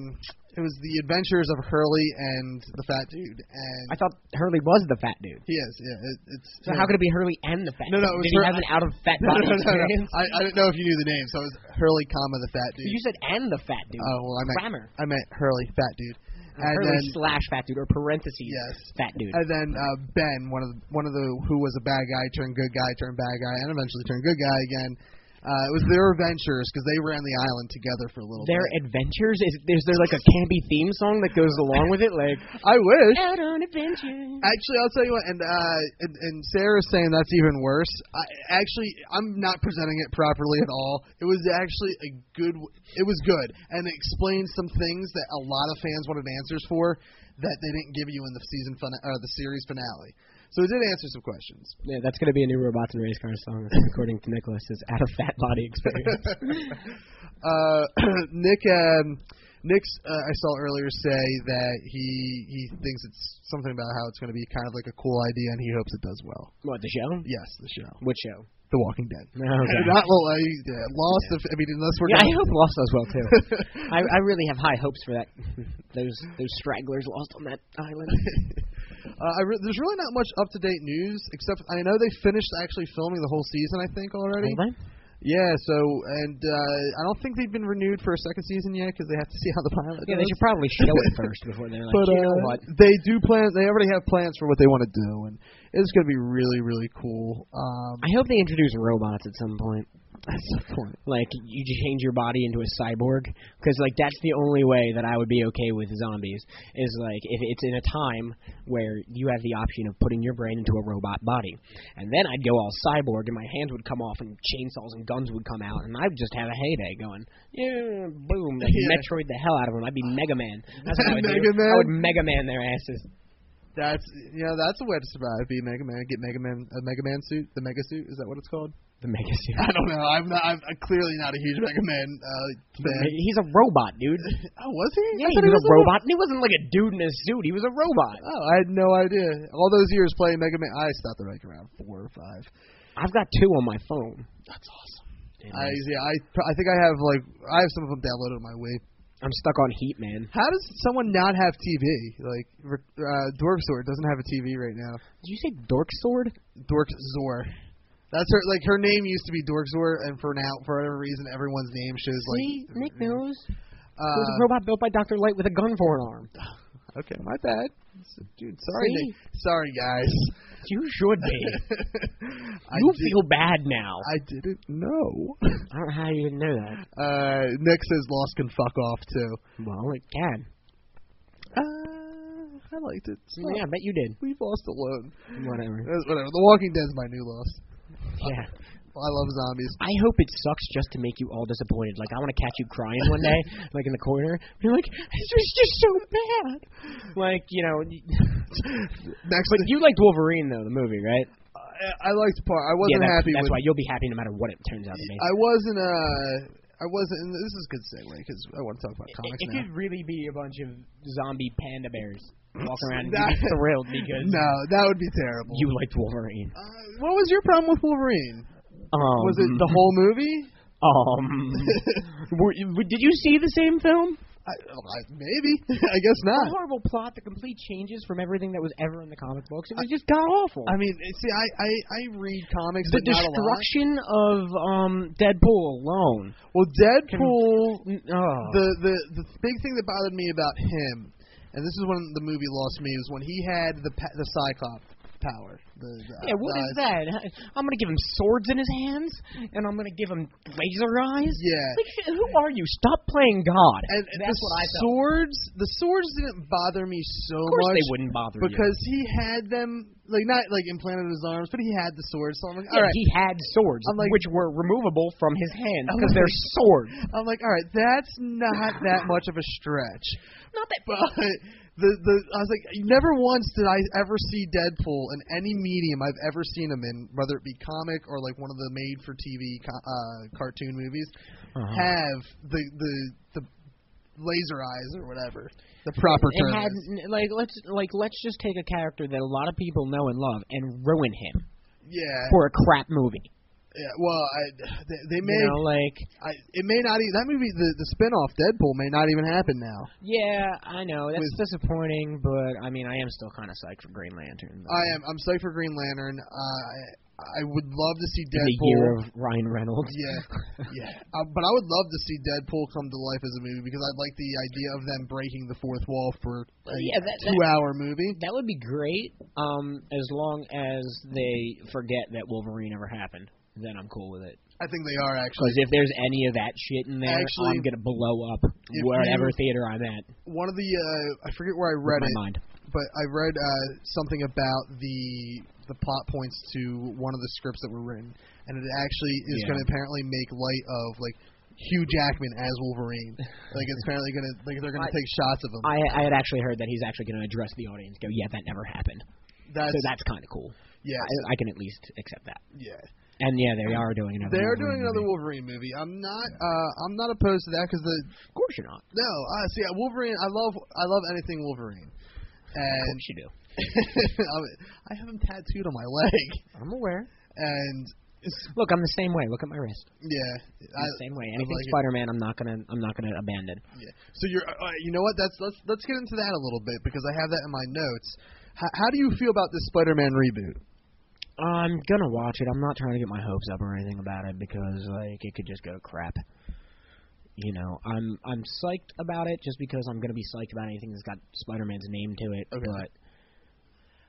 Speaker 4: it was the adventures of Hurley and the fat dude. And
Speaker 3: I thought Hurley was the fat dude.
Speaker 4: he is, yeah. It, it's
Speaker 3: So how could it be Hurley and the fat?
Speaker 4: No,
Speaker 3: dude?
Speaker 4: no, it was
Speaker 3: Did he
Speaker 4: Hur-
Speaker 3: have an out of fat
Speaker 4: No,
Speaker 3: body
Speaker 4: no, no, no.
Speaker 3: experience?
Speaker 4: I, I didn't know if you knew the name, so it was Hurley, comma the fat dude.
Speaker 3: You said and the fat dude.
Speaker 4: Oh well, I meant
Speaker 3: Grammar.
Speaker 4: I meant Hurley, fat dude, and
Speaker 3: Hurley
Speaker 4: then
Speaker 3: slash fat dude or parentheses
Speaker 4: Yes.
Speaker 3: fat dude.
Speaker 4: and then uh, Ben, one of the, one of the who was a bad guy turned good guy turned bad guy and eventually turned good guy again. Uh, it was their adventures because they ran the island together for a little
Speaker 3: Their
Speaker 4: bit.
Speaker 3: adventures is is there like a campy theme song that goes along with it? Like
Speaker 4: I wish.
Speaker 3: out on adventure.
Speaker 4: Actually, I'll tell you what, and uh, and, and Sarah's saying that's even worse. I, actually, I'm not presenting it properly at all. It was actually a good. It was good, and it explained some things that a lot of fans wanted answers for that they didn't give you in the season fin- or the series finale. So it did answer some questions.
Speaker 3: Yeah, that's gonna be a new robots and race car song, according to Nicholas. Is out of fat body experience.
Speaker 4: Uh, Nick, um, Nick's, uh, I saw earlier say that he he thinks it's something about how it's going to be kind of like a cool idea, and he hopes it does well.
Speaker 3: what the show?
Speaker 4: Yes, the show,
Speaker 3: What show?
Speaker 4: The Walking Dead.
Speaker 3: Okay.
Speaker 4: Not well, I, yeah, Lost. If, I mean, unless we're
Speaker 3: Yeah, I
Speaker 4: gonna-
Speaker 3: hope Lost does well too. I, I really have high hopes for that. those those stragglers lost on that island.
Speaker 4: uh, I re- there's really not much up to date news except I know they finished actually filming the whole season. I think already. Yeah. So and uh, I don't think they've been renewed for a second season yet because they have to see how the pilot.
Speaker 3: Yeah,
Speaker 4: does.
Speaker 3: they should probably show it first before they're like,
Speaker 4: but
Speaker 3: you know
Speaker 4: uh,
Speaker 3: what?
Speaker 4: they do plan. They already have plans for what they want to do, and it's going to be really, really cool. Um,
Speaker 3: I hope they introduce robots at some point.
Speaker 4: that's the point.
Speaker 3: Like you change your body into a cyborg, because like that's the only way that I would be okay with zombies is like if it's in a time where you have the option of putting your brain into a robot body, and then I'd go all cyborg and my hands would come off and chainsaws and guns would come out and I'd just have a heyday going, yeah, boom, like
Speaker 4: Yeah.
Speaker 3: Metroid the hell out of them. I'd be Mega Man. That's what I would
Speaker 4: Mega
Speaker 3: do. I
Speaker 4: Man?
Speaker 3: would Mega Man their asses.
Speaker 4: That's you know that's a way to survive. Be Mega Man, get Mega Man a Mega Man suit, the Mega suit is that what it's called?
Speaker 3: The Mega Suit.
Speaker 4: I don't know. I'm not. I'm, I'm clearly not a huge Mega Man uh, fan.
Speaker 3: He's a robot, dude.
Speaker 4: Oh, was he?
Speaker 3: Yeah, he
Speaker 4: I
Speaker 3: was,
Speaker 4: thought
Speaker 3: a
Speaker 4: little-
Speaker 3: robot. He wasn't like a dude in a suit. He was a robot.
Speaker 4: Oh, I had no idea. All those years playing Mega Man, I stopped at like around four or five.
Speaker 3: I've got two on my phone.
Speaker 4: That's awesome.
Speaker 3: I,
Speaker 4: I yeah, I I think I have like I have some of them downloaded on my Wii.
Speaker 3: I'm stuck on Heat Man.
Speaker 4: How does someone not have TV? Like uh, Dork Sword doesn't have a TV right now.
Speaker 3: Did you say Dork Sword?
Speaker 4: Dork Zor. That's her. Like her name used to be Dork Zor, and for now, for whatever reason, everyone's name shows like.
Speaker 3: See, Nick knows. mm-hmm. it was a
Speaker 4: Uh,
Speaker 3: robot built by Doctor Light with a gun for an arm.
Speaker 4: okay, my bad, dude. Sorry,
Speaker 3: See?
Speaker 4: Nick. sorry guys.
Speaker 3: You should be.
Speaker 4: I
Speaker 3: you
Speaker 4: did-
Speaker 3: feel bad now.
Speaker 4: I didn't know.
Speaker 3: I don't know how you didn't know that.
Speaker 4: Uh, Nick says Lost can fuck off too.
Speaker 3: Well, it can.
Speaker 4: Uh, I liked it. Stop.
Speaker 3: Yeah, I bet you did.
Speaker 4: We've lost alone.
Speaker 3: Whatever.
Speaker 4: That's whatever. The Walking Dead's my new loss.
Speaker 3: Yeah.
Speaker 4: I love zombies.
Speaker 3: I hope it sucks just to make you all disappointed. Like I want to catch you crying one day, like in the corner. You're like, this was just so bad. Like you know.
Speaker 4: Next,
Speaker 3: but you liked Wolverine though, the movie, right?
Speaker 4: I, I liked part. I wasn't
Speaker 3: yeah, that's,
Speaker 4: happy
Speaker 3: that's
Speaker 4: with.
Speaker 3: why you'll be happy no matter what it turns out to be.
Speaker 4: I wasn't. Uh, I wasn't. And this is a good segue because I want to talk about comics
Speaker 3: it
Speaker 4: now.
Speaker 3: could really be a bunch of zombie panda bears walking around and
Speaker 4: That-
Speaker 3: be thrilled because
Speaker 4: No, that would be terrible.
Speaker 3: you liked Wolverine.
Speaker 4: uh, what was your problem with Wolverine?
Speaker 3: Um,
Speaker 4: Uh, Was it the whole movie?
Speaker 3: Um, were, w- did you see the same film?
Speaker 4: I, oh, I- maybe. I guess
Speaker 3: A
Speaker 4: not.
Speaker 3: horrible plot that complete changes from everything that was ever in the comic books. It was just god awful.
Speaker 4: I mean, see, I I, I read comics.
Speaker 3: the
Speaker 4: but not a lot.
Speaker 3: destruction of um, Deadpool alone.
Speaker 4: Well, Deadpool.
Speaker 3: Oh.
Speaker 4: the the the big thing that bothered me about him, and this is when the movie lost me, was when he had the pa- the Cyclops power. The, the, uh,
Speaker 3: yeah, what
Speaker 4: the
Speaker 3: is that? I'm gonna give him swords in his hands, and I'm gonna give him laser eyes.
Speaker 4: Yeah.
Speaker 3: Like, who are you? Stop playing God.
Speaker 4: And and
Speaker 3: That's
Speaker 4: the
Speaker 3: what I felt.
Speaker 4: swords, the swords didn't bother me so
Speaker 3: Of course,
Speaker 4: much
Speaker 3: they wouldn't bother you.
Speaker 4: because he had them like not like implanted in his arms, but he had the swords. So I'm like,
Speaker 3: Yeah,
Speaker 4: all right,
Speaker 3: he had swords,
Speaker 4: I'm like-
Speaker 3: which were removable from his hands
Speaker 4: I'm
Speaker 3: because
Speaker 4: like-
Speaker 3: they're swords.
Speaker 4: I'm like, all right, that's not that much of a stretch.
Speaker 3: Not that
Speaker 4: But the the I was like, never once did I ever see Deadpool in any medium I've ever seen him in, whether it be comic or like one of the made-for-TV co- uh, cartoon movies,
Speaker 3: Uh-huh.
Speaker 4: have the the the laser eyes or whatever the proper
Speaker 3: it
Speaker 4: term.
Speaker 3: had
Speaker 4: is.
Speaker 3: n- like let's like let's just take a character that a lot of people know and love and ruin him
Speaker 4: Yeah,
Speaker 3: for a crap movie.
Speaker 4: yeah. Well, I, they, they may
Speaker 3: You know, like
Speaker 4: I, it may not even that movie the the spinoff Deadpool may not even happen now.
Speaker 3: yeah, I know that's
Speaker 4: With-
Speaker 3: disappointing, but I mean I am still kind of psyched for Green Lantern. though.
Speaker 4: I am I'm psyched for Green Lantern. Uh, I I would love to see
Speaker 3: In
Speaker 4: Deadpool.
Speaker 3: the year of Ryan Reynolds.
Speaker 4: Yeah, yeah. Uh, but I would love to see Deadpool come to life as a movie because I'd like the idea of them breaking the fourth wall for a
Speaker 3: Yeah, that- that-
Speaker 4: two-hour movie.
Speaker 3: That would be great, um, as long as they forget that Wolverine ever happened. Then I'm cool with it.
Speaker 4: I think they are actually.
Speaker 3: Because if there's any of that shit in there,
Speaker 4: Actually,
Speaker 3: I'm gonna blow up
Speaker 4: if
Speaker 3: whatever
Speaker 4: you-
Speaker 3: theater I'm at.
Speaker 4: One of the uh, I forget where I read
Speaker 3: My
Speaker 4: it,
Speaker 3: mind.
Speaker 4: but I read uh, something about the the plot points to one of the scripts that were written, and it actually is
Speaker 3: Yeah.
Speaker 4: going to apparently make light of like Hugh Jackman as Wolverine. like it's apparently going to like they're going
Speaker 3: I-
Speaker 4: to take shots of him.
Speaker 3: I, I had actually heard that he's actually going to address the audience. Go, yeah, that never happened.
Speaker 4: that's,
Speaker 3: so that's kind of cool.
Speaker 4: yeah,
Speaker 3: I, I can at least accept that.
Speaker 4: yeah.
Speaker 3: And yeah, they are doing another.
Speaker 4: They
Speaker 3: Wolverine
Speaker 4: are doing another
Speaker 3: movie.
Speaker 4: Wolverine movie. I'm not. Uh, I'm not opposed to that because the
Speaker 3: Of course you're not.
Speaker 4: no. Uh, see, uh, Wolverine. I love. I love anything Wolverine.
Speaker 3: Of
Speaker 4: And
Speaker 3: course you do.
Speaker 4: I have him tattooed on my leg.
Speaker 3: I'm aware.
Speaker 4: And
Speaker 3: Look, I'm the same way. Look at my wrist.
Speaker 4: yeah,
Speaker 3: I'm
Speaker 4: I,
Speaker 3: the same way. Anything
Speaker 4: like it.
Speaker 3: Spider-Man, I'm not gonna. I'm not gonna abandon.
Speaker 4: yeah. So you're. Uh, you know what? That's let's let's get into that a little bit because I have that in my notes. H- how do you feel about this Spider-Man reboot?
Speaker 3: I'm gonna watch it. I'm not trying to get my hopes up or anything about it because like it could just go to crap. You know, I'm I'm psyched about it just because I'm gonna be psyched about anything that's got Spider-Man's name to it.
Speaker 4: Okay.
Speaker 3: But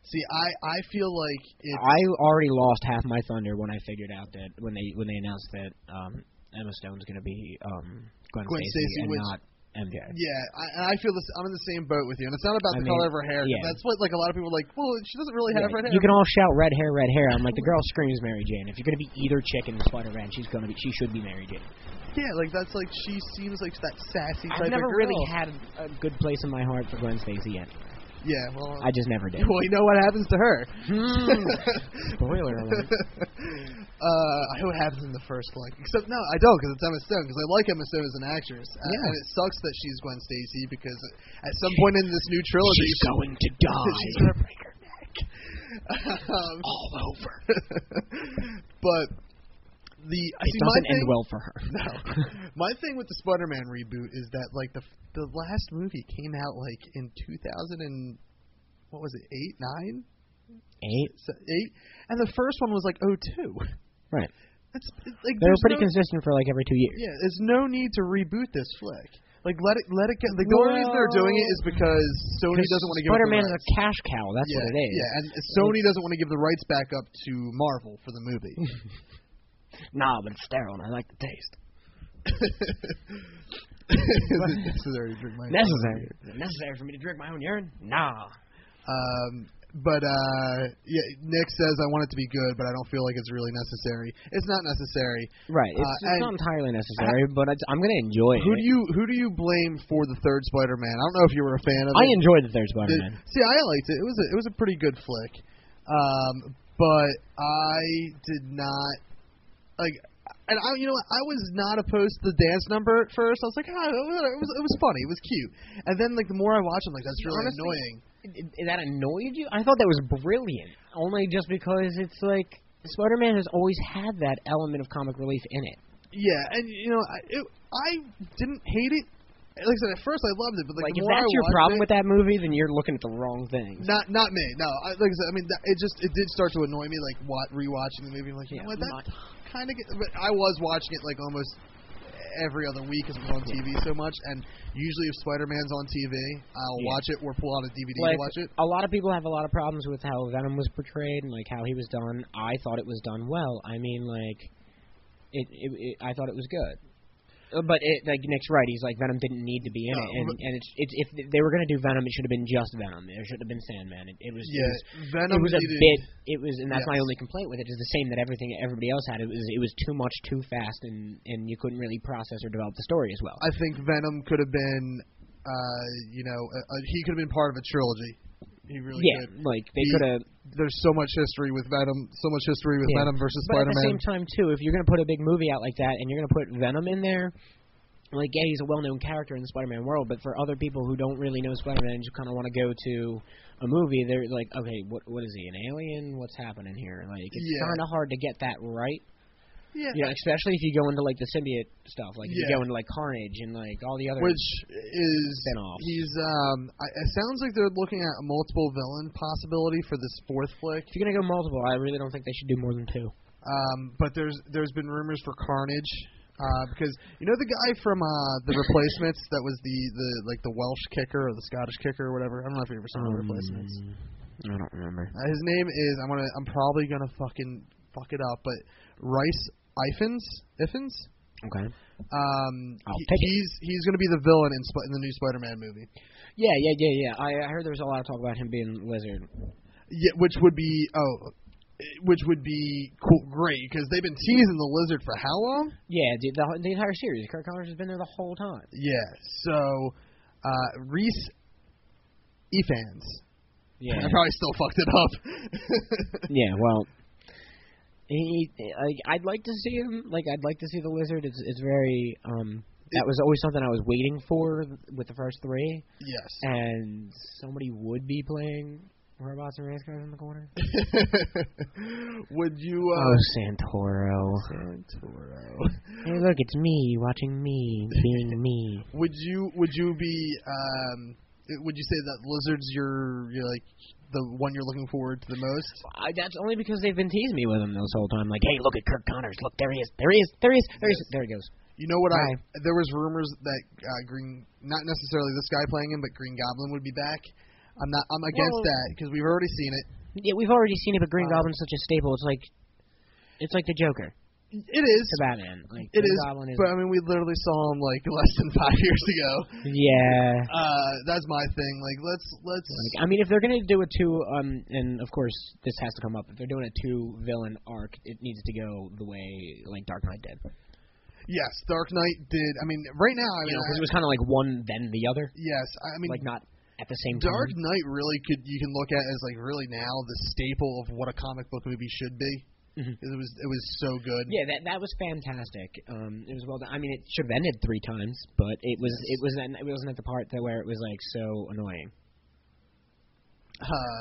Speaker 4: See, I I feel like it's
Speaker 3: I already lost half my thunder when I figured out that when they when they announced that um, Emma Stone's going to be um, Gwen,
Speaker 4: Gwen
Speaker 3: Stacy,
Speaker 4: Stacy,
Speaker 3: and
Speaker 4: which-
Speaker 3: not MJ.
Speaker 4: Yeah, I, I feel this. I'm in the same boat with you, and it's not
Speaker 3: I
Speaker 4: about the
Speaker 3: mean,
Speaker 4: color of her hair. 'cause
Speaker 3: yeah.
Speaker 4: That's what like a lot of people are like. Well, she doesn't really have
Speaker 3: Yeah,
Speaker 4: red hair.
Speaker 3: you can all shout red hair, red hair. I'm like the girl screams Mary Jane. If you're going to be either chick in Spider Man, she's going to be she should be Mary Jane.
Speaker 4: yeah, like that's like she seems like that sassy
Speaker 3: I've
Speaker 4: type
Speaker 3: never
Speaker 4: of girl.
Speaker 3: really had a good place in my heart for Gwen Stacy yet.
Speaker 4: yeah, well,
Speaker 3: I just never did.
Speaker 4: well, you know what happens to her. Hmm.
Speaker 3: Spoiler alert.
Speaker 4: uh, I know what happens in the first like. Except no, I don't because it's Emma Stone because I like Emma Stone as an actress. Uh,
Speaker 3: Yeah.
Speaker 4: and it sucks that she's Gwen Stacy because at some point in this new trilogy,
Speaker 3: She's
Speaker 4: she-
Speaker 3: going to
Speaker 4: she's
Speaker 3: die
Speaker 4: gonna break her neck. um,
Speaker 3: all over.
Speaker 4: but
Speaker 3: It
Speaker 4: the I see my
Speaker 3: doesn't
Speaker 4: thing,
Speaker 3: end well for her.
Speaker 4: No. My thing with the Spider-Man reboot is that like the the last movie came out like in 2000 and what was it? 8, 9,
Speaker 3: Eight,
Speaker 4: So- 8? And the first one was like 02.
Speaker 3: right?
Speaker 4: That's it's,
Speaker 3: They
Speaker 4: like
Speaker 3: were
Speaker 4: there's
Speaker 3: pretty
Speaker 4: no,
Speaker 3: consistent for like every two years.
Speaker 4: Yeah, there's no need to reboot this flick. Like let it let it go. Like, the only reason they're doing it is because Sony doesn't want to give up the
Speaker 3: Spider-Man is a
Speaker 4: rights.
Speaker 3: cash cow. That's
Speaker 4: yeah,
Speaker 3: what it is.
Speaker 4: Yeah, and Sony doesn't want to give the rights back up to Marvel for the movie.
Speaker 3: Nah, but it's sterile, and I like the taste.
Speaker 4: It's necessary to drink my
Speaker 3: Necessary. Is it necessary for me to drink my own urine? Nah.
Speaker 4: Um, but uh, yeah, Nick says I want it to be good, but I don't feel like it's really necessary. It's not necessary.
Speaker 3: Right. It's,
Speaker 4: Uh,
Speaker 3: it's not
Speaker 4: and-
Speaker 3: entirely necessary, but it's, I'm gonna enjoy
Speaker 4: Who
Speaker 3: it.
Speaker 4: do you who do you blame for the third Spider-Man? I don't know if you were a fan of
Speaker 3: I
Speaker 4: it.
Speaker 3: enjoyed the third
Speaker 4: The-
Speaker 3: Spider-Man.
Speaker 4: see, I liked it. It was a, it was a pretty good flick, um, but I did not like. And I, you know, what, I was not opposed to the dance number at first. I was like, ah, it was it was funny, it was cute. And then like the more I watch, I'm like, that's really
Speaker 3: Honestly,
Speaker 4: annoying.
Speaker 3: Did- did that annoyed you? I thought that was brilliant. Only just because it's like Spider-Man has always had that element of comic relief in it.
Speaker 4: Yeah, and you know, I it, I didn't hate it. Like I said, at first I loved it, but like,
Speaker 3: Like, if
Speaker 4: the more
Speaker 3: that's
Speaker 4: I
Speaker 3: your
Speaker 4: watched
Speaker 3: problem with
Speaker 4: it,
Speaker 3: that movie, then you're looking at the wrong things.
Speaker 4: Not not me. No, I, like I said, I mean, that, it just it did start to annoy me. Like what rewatching the movie, I'm like, you
Speaker 3: Yeah,
Speaker 4: know what,
Speaker 3: not-
Speaker 4: that kind of. But I was watching it like almost every other week because it was on TV so much, and usually if Spider Man's on TV, I'll
Speaker 3: Yeah.
Speaker 4: watch it or pull out a DVD
Speaker 3: Like,
Speaker 4: to watch it.
Speaker 3: a lot of people have a lot of problems with how Venom was portrayed and like how he was done. I thought it was done well. I mean, like, it. it, it I thought it was good. Uh, But it, like Nick's right, he's like Venom didn't need to be in
Speaker 4: No,
Speaker 3: it, and
Speaker 4: but-
Speaker 3: and it's, it's if they were gonna do Venom, it should have been just Venom. It should have been Sandman. It, it was it
Speaker 4: Yeah,
Speaker 3: was
Speaker 4: Venom
Speaker 3: it was a
Speaker 4: needed-
Speaker 3: bit. It was, and that's my
Speaker 4: Yes.
Speaker 3: only complaint with it. Is the same that everything everybody else had. It was it was too much, too fast, and and you couldn't really process or develop the story as well.
Speaker 4: I think Venom could have been, uh, you know, a, a, he could have been part of a trilogy. He really
Speaker 3: yeah,
Speaker 4: could.
Speaker 3: like they
Speaker 4: He-
Speaker 3: could have.
Speaker 4: There's so much history with Venom, so much history with
Speaker 3: Yeah.
Speaker 4: Venom versus
Speaker 3: But at
Speaker 4: Spider
Speaker 3: the same
Speaker 4: Man.
Speaker 3: time, too, if you're gonna put a big movie out like that and you're gonna put Venom in there, like yeah, he's a well-known character in the Spider-Man world, but for other people who don't really know Spider-Man and just kind of want to go to a movie, they're like, okay, what what is he? An alien? What's happening here? Like it's
Speaker 4: Yeah.
Speaker 3: kind of hard to get that right.
Speaker 4: Yeah.
Speaker 3: You know, especially if you go into like the symbiote stuff, like if you
Speaker 4: Yeah.
Speaker 3: go into like Carnage and like all the other
Speaker 4: which is
Speaker 3: spin-offs.
Speaker 4: he's um I, it sounds like they're looking at a multiple villain possibility for this fourth flick
Speaker 3: If you're gonna go multiple, I really don't think they should do more than two.
Speaker 4: um but there's there's been rumors for carnage uh because you know the guy from uh the replacements that was the the like the welsh kicker or the scottish kicker or whatever i don't know if you ever saw
Speaker 3: Mm.
Speaker 4: the replacements
Speaker 3: Um, I don't remember.
Speaker 4: uh, his name is i'm gonna i'm probably gonna fucking fuck it up but rice ifans ifans
Speaker 3: Okay.
Speaker 4: um
Speaker 3: I'll
Speaker 4: he-
Speaker 3: take it.
Speaker 4: he's he's gonna be the villain in, Sp- in the new spider-man movie
Speaker 3: Yeah, yeah, yeah, yeah. I, I heard there was a lot of talk about him being lizard.
Speaker 4: Yeah, which would be oh, which would be cool, great because they've been teasing the lizard for how long?
Speaker 3: Yeah, the, the, the entire series. Kirk Connors has been there the whole time.
Speaker 4: Yeah, so uh, Reese Efans.
Speaker 3: Yeah.
Speaker 4: I probably still fucked it up.
Speaker 3: yeah. Well, he, like, I'd like to see him. Like, I'd like to see the lizard. It's, it's very. Um, that was always something I was waiting for with the first three,
Speaker 4: yes.
Speaker 3: and somebody would be playing robots and race cars in the corner.
Speaker 4: would you? Uh,
Speaker 3: oh, Santoro.
Speaker 4: Santoro.
Speaker 3: Hey, look, it's me watching me being me.
Speaker 4: Would you? Would you be? Um, would you say that lizard's your, your like the one you're looking forward to the most?
Speaker 3: I, that's only because they've been teasing me with him this whole time. Like, hey, look at Kirk Connors. Look, there he is. There he is. There he is. There he is. There he goes.
Speaker 4: You know what
Speaker 3: Right.
Speaker 4: I? There was rumors that uh, Green, not necessarily this guy playing him, but Green Goblin would be back. I'm not. I'm against
Speaker 3: Well-
Speaker 4: that because we've already seen it.
Speaker 3: Yeah, we've already seen it, but Green
Speaker 4: Uh,
Speaker 3: Goblin's such a staple. It's like, it's like the Joker
Speaker 4: It is.
Speaker 3: to Batman. Like,
Speaker 4: It
Speaker 3: Green
Speaker 4: is.
Speaker 3: Goblin is.
Speaker 4: But I mean, we literally saw him like less than five years ago.
Speaker 3: yeah.
Speaker 4: Uh, that's my thing. Like, let's let's.
Speaker 3: Like, I mean, if they're gonna do a two, um, and of course this has to come up. If they're doing a two villain arc, it needs to go the way like Dark Knight did.
Speaker 4: yes, Dark Knight did. I mean, right now, I
Speaker 3: You
Speaker 4: mean,
Speaker 3: know, because
Speaker 4: I-
Speaker 3: it was kind of like one then the other,
Speaker 4: yes. I mean,
Speaker 3: like not at the same
Speaker 4: Dark
Speaker 3: time.
Speaker 4: Knight really could you can look at as like really now the staple of what a comic book movie should be.
Speaker 3: Mhm.
Speaker 4: 'Cause It was it was so good.
Speaker 3: Yeah, that that was fantastic. Um, it was well done. I mean, it should have ended three times, but it was it was at, it wasn't at the part that where it was like so annoying.
Speaker 4: Uh,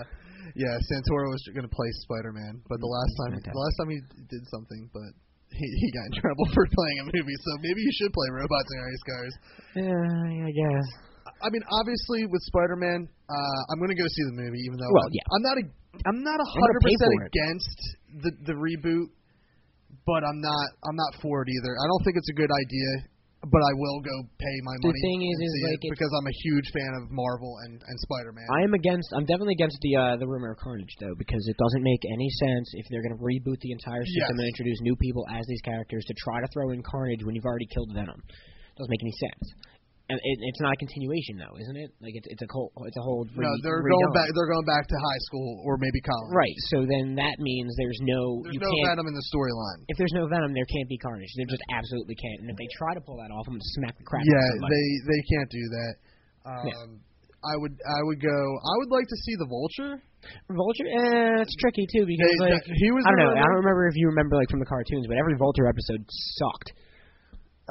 Speaker 4: yeah, Santoro was going to play Spider Man, but the last time the last time he did something, but he, he got in trouble for playing a movie. So maybe you should play robots and ice cars.
Speaker 3: Yeah, I guess.
Speaker 4: I mean, obviously with Spider Man, uh, I'm going to go see the movie, even though
Speaker 3: Well,
Speaker 4: I'm,
Speaker 3: yeah.
Speaker 4: I'm not a I'm not a
Speaker 3: gonna
Speaker 4: hundred
Speaker 3: pay
Speaker 4: percent
Speaker 3: for it.
Speaker 4: against the the reboot, but I'm not I'm not for it either. I don't think it's a good idea. But I will go pay my
Speaker 3: The
Speaker 4: money
Speaker 3: thing is,
Speaker 4: and
Speaker 3: is
Speaker 4: see
Speaker 3: like
Speaker 4: it
Speaker 3: it's-
Speaker 4: because I'm a huge fan of Marvel and, and Spider Man.
Speaker 3: I am against. I'm definitely against the uh, the rumor of Carnage though, because it doesn't make any sense if they're going to reboot the entire system
Speaker 4: Yes.
Speaker 3: and introduce new people as these characters to try to throw in Carnage when you've already killed Venom. Doesn't make any sense. And it, it's not a continuation though, isn't it? Like it's it's a whole it's a whole
Speaker 4: No,
Speaker 3: re-
Speaker 4: they're
Speaker 3: redone.
Speaker 4: going back. They're going back to high school or maybe college.
Speaker 3: Right. So then that means there's no
Speaker 4: There's
Speaker 3: you
Speaker 4: no
Speaker 3: can't
Speaker 4: Venom in the storyline.
Speaker 3: if there's no venom there can't be carnage. There just absolutely can't. And if they try to pull that off, I'm gonna smack the crap out of
Speaker 4: Yeah,
Speaker 3: somebody.
Speaker 4: they they can't do that. Um, I would I would go. I would like to see the Vulture.
Speaker 3: Vulture, eh, it's tricky too because
Speaker 4: They-
Speaker 3: like
Speaker 4: he was
Speaker 3: I don't know. I
Speaker 4: the-
Speaker 3: don't remember if you remember like from the cartoons, but every Vulture episode sucked.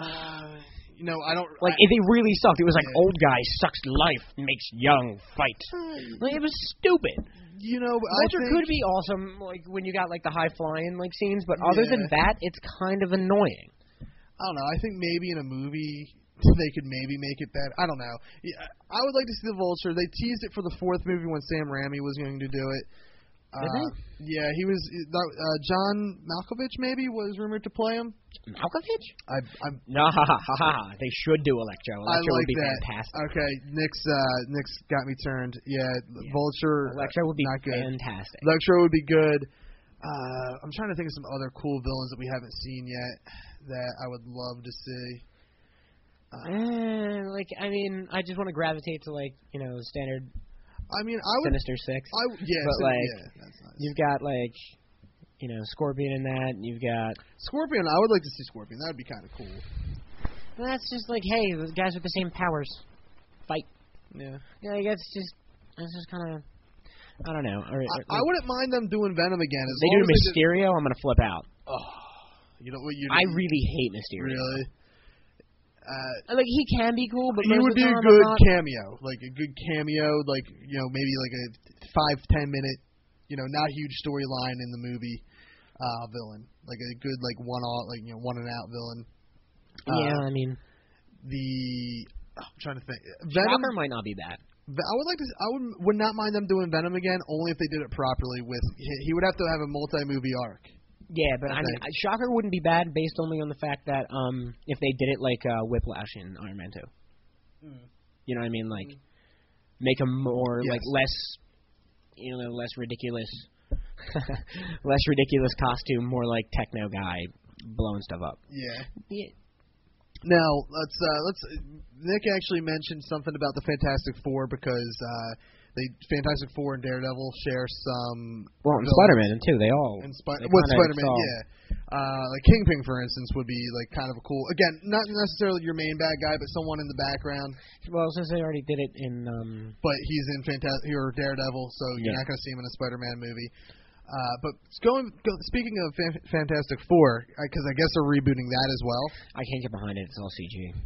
Speaker 4: Uh, you know, I don't
Speaker 3: Like
Speaker 4: I,
Speaker 3: it, they really sucked. It was like
Speaker 4: Yeah.
Speaker 3: old guy sucks life, makes young fight. Like it was stupid.
Speaker 4: you know.
Speaker 3: Vulture
Speaker 4: I think,
Speaker 3: could be awesome, like when you got like the high flying like scenes, but other than
Speaker 4: Yeah.
Speaker 3: that, it's kind of annoying.
Speaker 4: I don't know. I think maybe in a movie they could maybe make it better. I don't know. Yeah, I would like to see the Vulture. They teased it for the fourth movie when Sam Raimi was going to do it.
Speaker 3: Did they?
Speaker 4: Uh, yeah, he was. That, uh, John Malkovich maybe was rumored to play him.
Speaker 3: Malkovich?
Speaker 4: I, I'm,
Speaker 3: No, ha ha ha ha. They should do Electro.
Speaker 4: I
Speaker 3: Electro
Speaker 4: like
Speaker 3: would be
Speaker 4: that.
Speaker 3: fantastic.
Speaker 4: Okay, Nick's uh, Nick's got me turned. Yeah, Vulture.
Speaker 3: Electro would be
Speaker 4: not good.
Speaker 3: fantastic.
Speaker 4: Electro would be good. Uh, I'm trying to think of some other cool villains that we haven't seen yet that I would love to see.
Speaker 3: Eh, like I mean, I just want to gravitate to like you know standard
Speaker 4: I mean, I would.
Speaker 3: Sinister Six.
Speaker 4: I w- yeah,
Speaker 3: but,
Speaker 4: Sin-
Speaker 3: like,
Speaker 4: yeah, that's nice.
Speaker 3: You've got like you know Scorpion in that. and You've got
Speaker 4: Scorpion. I would like to see Scorpion. That would be kind of cool.
Speaker 3: that's just like hey, the guys with the same powers fight.
Speaker 4: Yeah.
Speaker 3: Yeah, like, that's just that's just kind of I don't know. Or, or-
Speaker 4: I, I wouldn't mind them doing Venom again. As
Speaker 3: they do
Speaker 4: long as They did,
Speaker 3: Mysterio, I'm gonna flip out.
Speaker 4: you know what you?
Speaker 3: I really hate Mysterio.
Speaker 4: really. Uh,
Speaker 3: Like he can be cool, but
Speaker 4: he
Speaker 3: most of
Speaker 4: would
Speaker 3: the
Speaker 4: be a
Speaker 3: time I'm
Speaker 4: good
Speaker 3: not-
Speaker 4: cameo, like a good cameo, like you know maybe like a five ten minute, you know, not huge storyline in the movie, uh, villain, like a good like one all like you know one and out villain.
Speaker 3: yeah,
Speaker 4: Uh,
Speaker 3: I mean,
Speaker 4: the I'm trying to think. Venom.
Speaker 3: Chopper might not be bad.
Speaker 4: Ve- I would like to. I would would not mind them doing Venom again, only if they did it properly. With he he would have to have a multi movie arc.
Speaker 3: Yeah, but I
Speaker 4: Okay.
Speaker 3: mean, uh, Shocker wouldn't be bad based only on the fact that um, if they did it like uh, Whiplash in Iron Man 2. Hmm. You know what I mean? Like, make him more, like,
Speaker 4: Yes.
Speaker 3: less, you know, less ridiculous, less ridiculous costume, more like techno guy blowing stuff up.
Speaker 4: Yeah.
Speaker 3: Yeah.
Speaker 4: Now let's uh, let's. Nick actually mentioned something about the Fantastic Four because uh, they Fantastic Four and Daredevil share some.
Speaker 3: Well, and
Speaker 4: villains.
Speaker 3: Spider-Man too. They all
Speaker 4: And Spi-
Speaker 3: they
Speaker 4: with
Speaker 3: kinda
Speaker 4: Spider-Man,
Speaker 3: saw-
Speaker 4: yeah. Uh, like Kingpin, for instance, would be like kind of a cool. Again, not necessarily your main bad guy, but someone in the background.
Speaker 3: Well, since they already did it in um,
Speaker 4: But he's in Fantastic or Daredevil, so
Speaker 3: Yeah.
Speaker 4: you're not going to see him in a Spider-Man movie. Uh, but going, go, speaking of Fan- Fantastic Four, because I guess they're rebooting that as well.
Speaker 3: I can't get behind it. It's all CG.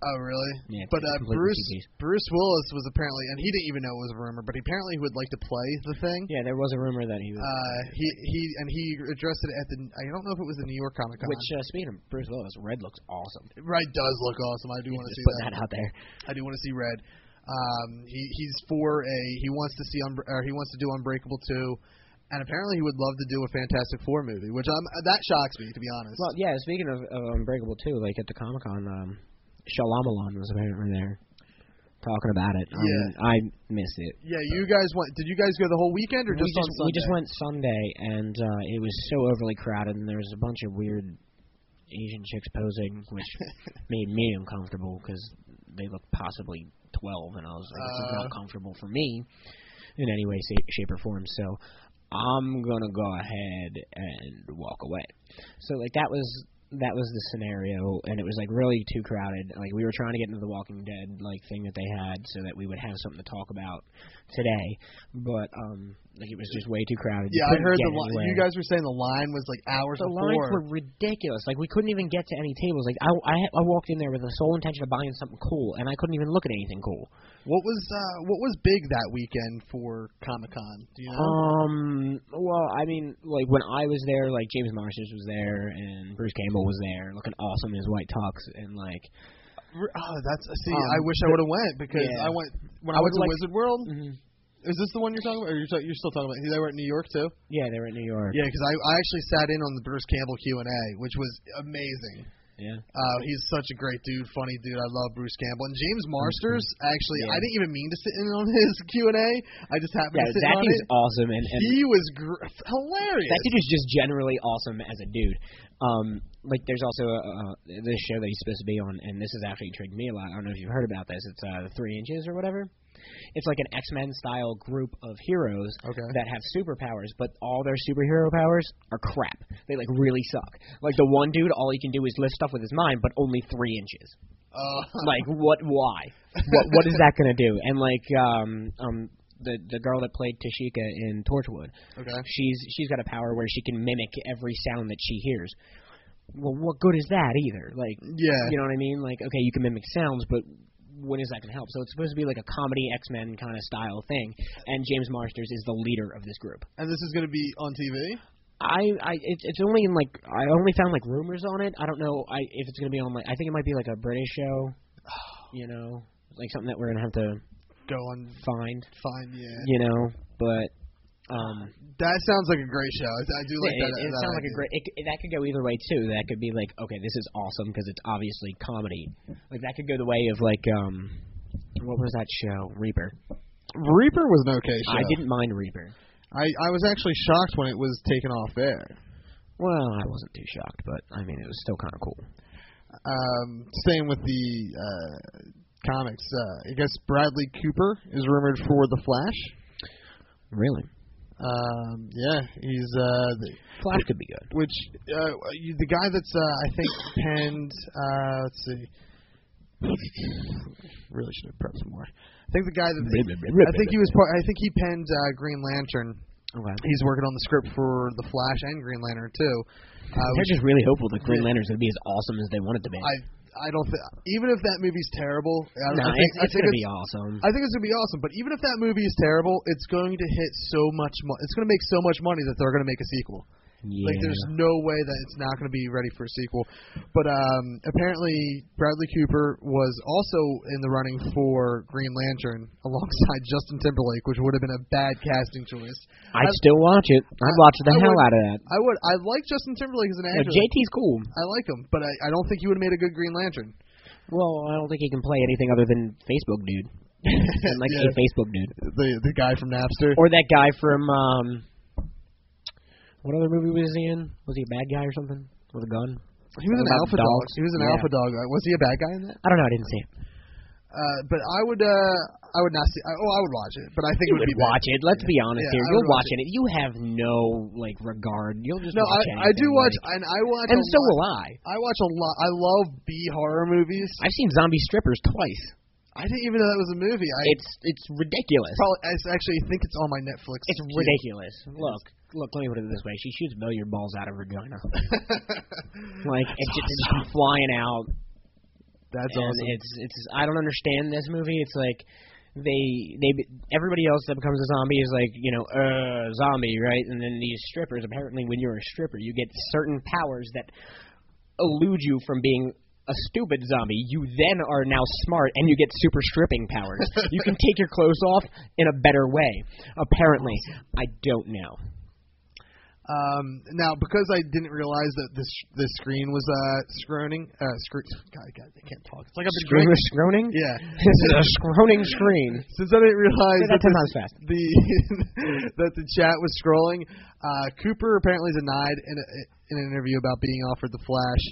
Speaker 4: Oh, really?
Speaker 3: Yeah,
Speaker 4: But
Speaker 3: it's
Speaker 4: uh,
Speaker 3: completely
Speaker 4: Bruce
Speaker 3: CGs.
Speaker 4: Bruce Willis was apparently, and he didn't even know it was a rumor, but apparently he would like to play the thing.
Speaker 3: Yeah, there was a rumor that he was.
Speaker 4: Uh, he he and he addressed it at the I don't know if it was the New York Comic Con.
Speaker 3: which, uh, speaking of Bruce Willis, Red looks awesome.
Speaker 4: right does look awesome. I do want to
Speaker 3: Just
Speaker 4: see
Speaker 3: putting
Speaker 4: that.
Speaker 3: that out there.
Speaker 4: I do want to see Red. Um, he he's for a he wants to see Unbr- or he wants to do Unbreakable two, and apparently he would love to do a Fantastic Four movie, which I'm that shocks me to be honest.
Speaker 3: Well, yeah. Speaking of, of Unbreakable too, like at the Comic Con, um, Shalamalan was apparently there talking about it. I mean, I missed it.
Speaker 4: yeah, you guys went? Did you guys go the whole weekend or
Speaker 3: we
Speaker 4: uh, just
Speaker 3: just
Speaker 4: on Sunday?
Speaker 3: we just went Sunday, and uh, it was so overly crowded, and there was a bunch of weird Asian chicks posing, which made me uncomfortable because they looked possibly twelve, and I was like, this is
Speaker 4: Uh.
Speaker 3: not comfortable for me in any way, sa- shape, or form. So I'm gonna go ahead and walk away. So like that was that was the scenario, and it was like really too crowded. Like we were trying to get into the Walking Dead like thing that they had, so that we would have something to talk about today. But um, like it was just way too crowded. You
Speaker 4: Yeah, I
Speaker 3: couldn't
Speaker 4: heard
Speaker 3: get
Speaker 4: the li-
Speaker 3: anywhere.
Speaker 4: you guys were saying the line was like hours
Speaker 3: The
Speaker 4: before.
Speaker 3: lines were ridiculous. Like we couldn't even get to any tables. Like I, I, I walked in there with the sole intention of buying something cool, and I couldn't even look at anything cool.
Speaker 4: What was uh, what was big that weekend for Comic Con? Do you know?
Speaker 3: Um. Well, I mean, like when I was there, like James Marsters was there, and Bruce Campbell was there, looking awesome in his white tux, and like
Speaker 4: R- oh, that's see.
Speaker 3: um,
Speaker 4: I wish I would have went because
Speaker 3: yeah.
Speaker 4: I went
Speaker 3: I
Speaker 4: when I,
Speaker 3: would
Speaker 4: went to
Speaker 3: like-
Speaker 4: Wizard World.
Speaker 3: Mhm.
Speaker 4: Is this the one you're talking about? Or you're, ta- you're still talking about? They were in New York too.
Speaker 3: yeah, they were in New York.
Speaker 4: Yeah, because I, I actually sat in on the Bruce Campbell Q and A, which was amazing.
Speaker 3: Yeah.
Speaker 4: Uh, he's such a great dude, funny dude. I love Bruce Campbell and James Marsters. Actually,
Speaker 3: Mm-hmm.
Speaker 4: I
Speaker 3: Yeah.
Speaker 4: didn't even mean to sit in on his Q and A. I just
Speaker 3: Yeah,
Speaker 4: happened to sit in
Speaker 3: that
Speaker 4: on
Speaker 3: dude's
Speaker 4: it.
Speaker 3: awesome, and, and
Speaker 4: he was gr- hilarious.
Speaker 3: that dude is just generally awesome as a dude. Um, like there's also a, uh, this show that he's supposed to be on, and this has actually intrigued me a lot. I don't know if you've heard about this. It's uh, the Three Inches or whatever. It's like an X Men style group of heroes
Speaker 4: Okay.
Speaker 3: that have superpowers, but all their superhero powers are crap. They like really suck. Like the one dude, all he can do is lift stuff with his mind, but only three inches
Speaker 4: Uh,
Speaker 3: like what why what what is that going to do and like um um the the girl that played Tashika in Torchwood
Speaker 4: okay.
Speaker 3: she's she's got a power where she can mimic every sound that she hears well what good is that either like
Speaker 4: Yeah.
Speaker 3: you know what i mean like okay you can mimic sounds but when is that going to help so it's supposed to be like a comedy x-men kind of style thing and james marsters is the leader of this group
Speaker 4: And this is going to be on TV.
Speaker 3: I, I, it's, it's only in like I only found like rumors on it. I don't know I, if it's gonna be on like I think it might be like a British show, you know, like something that we're gonna have to
Speaker 4: Go on.
Speaker 3: find,
Speaker 4: Fine. Yeah.
Speaker 3: you know. But um,
Speaker 4: That sounds like a great show. I, I do
Speaker 3: it,
Speaker 4: like
Speaker 3: it,
Speaker 4: that.
Speaker 3: it
Speaker 4: that
Speaker 3: sounds like a
Speaker 4: idea.
Speaker 3: great. It, it- that could go either way too. That could be like okay, this is awesome because it's obviously comedy. Like that could go the way of like um, what was that show? Reaper.
Speaker 4: Reaper was an okay show.
Speaker 3: I didn't mind Reaper.
Speaker 4: I, I was actually shocked when it was taken off air.
Speaker 3: Well, I wasn't too shocked, but I mean it was still kind of cool.
Speaker 4: Um, staying with the uh, comics, uh, I guess Bradley Cooper is rumored for the Flash.
Speaker 3: Really,
Speaker 4: Um, yeah, he's uh, the,
Speaker 3: Flash could be good.
Speaker 4: which uh, you, the guy that's uh, I think penned. Uh, let's see. really should have prepped some more. I think the guy that I think he was. Part, I think he penned uh, Green Lantern.
Speaker 3: Okay.
Speaker 4: He's working on the script for the Flash and Green Lantern too. Uh, which
Speaker 3: They're just really hopeful that Green Lantern's going to be as awesome as they want it to be.
Speaker 4: I I don't think even if that movie's terrible, I don't
Speaker 3: Nah,
Speaker 4: I think,
Speaker 3: it's,
Speaker 4: I
Speaker 3: it's
Speaker 4: think
Speaker 3: going to be awesome.
Speaker 4: I think it's gonna be awesome. But even if that movie is terrible, it's going to hit so much. Mo- it's gonna make so much money that they're gonna make a sequel.
Speaker 3: yeah.
Speaker 4: Like there's no way that it's not gonna be ready for a sequel. But um, apparently Bradley Cooper was also in the running for Green Lantern alongside Justin Timberlake, which would have been a bad casting choice.
Speaker 3: I'd still watch it. I'd watch the
Speaker 4: I
Speaker 3: hell
Speaker 4: would-
Speaker 3: out of that.
Speaker 4: I would. I like Justin Timberlake as an
Speaker 3: Yeah,
Speaker 4: actor.
Speaker 3: JT's cool.
Speaker 4: I like him, but I, I don't think he would have made a good Green Lantern.
Speaker 3: Well, I don't think he can play anything other than Facebook dude. And, like
Speaker 4: Yeah.
Speaker 3: a Facebook dude.
Speaker 4: the the guy from Napster.
Speaker 3: Or that guy from, um, what other movie was he in? Was he a bad guy or something? With a gun?
Speaker 4: he was an
Speaker 3: about
Speaker 4: alpha dog.
Speaker 3: dogs.
Speaker 4: He was an
Speaker 3: Yeah.
Speaker 4: alpha dog. Uh, Was he a bad guy in that?
Speaker 3: I don't know. I didn't see it.
Speaker 4: Uh, but I would uh, I would not see. I, oh, I would watch it, but I think
Speaker 3: You
Speaker 4: it would
Speaker 3: would
Speaker 4: be
Speaker 3: watch it. Let's be honest
Speaker 4: Yeah,
Speaker 3: here.
Speaker 4: I
Speaker 3: You'll
Speaker 4: would watch
Speaker 3: watch it. You have no like regard. You'll just
Speaker 4: No,
Speaker 3: watch
Speaker 4: I, I do
Speaker 3: anything,
Speaker 4: watch,
Speaker 3: like-
Speaker 4: and I watch.
Speaker 3: and
Speaker 4: a
Speaker 3: so
Speaker 4: lot,
Speaker 3: will I.
Speaker 4: I watch a lot. I love B horror movies.
Speaker 3: I've seen zombie strippers twice.
Speaker 4: I didn't even know that was a movie. I
Speaker 3: It's it's ridiculous.
Speaker 4: probably I s- actually think it's on my Netflix.
Speaker 3: It's
Speaker 4: queue.
Speaker 3: ridiculous. Look, look. Let me put it this way: she shoots billiard balls out of her vagina. like it's just it's flying out.
Speaker 4: That's
Speaker 3: and
Speaker 4: awesome.
Speaker 3: It's it's. I don't understand this movie. It's like they they everybody else that becomes a zombie is like you know uh zombie right, and then these strippers. Apparently, when you're a stripper, you get certain powers that elude you from being. A stupid zombie. You then are now smart, and you get super stripping powers. you can take your clothes off in a better way. Apparently, I don't know.
Speaker 4: Um, now, because I didn't realize that this the screen was uh screwing. Uh, screw. God, God, I can't talk. It's like I've been
Speaker 3: Screwing, screwing.
Speaker 4: drinking. Yeah.
Speaker 3: This is a screwing screen.
Speaker 4: Since I didn't realize
Speaker 3: Say that
Speaker 4: that
Speaker 3: ten
Speaker 4: this-
Speaker 3: times fast.
Speaker 4: the that the chat was scrolling. Uh, Cooper apparently denied in, a, in an interview about being offered the Flash,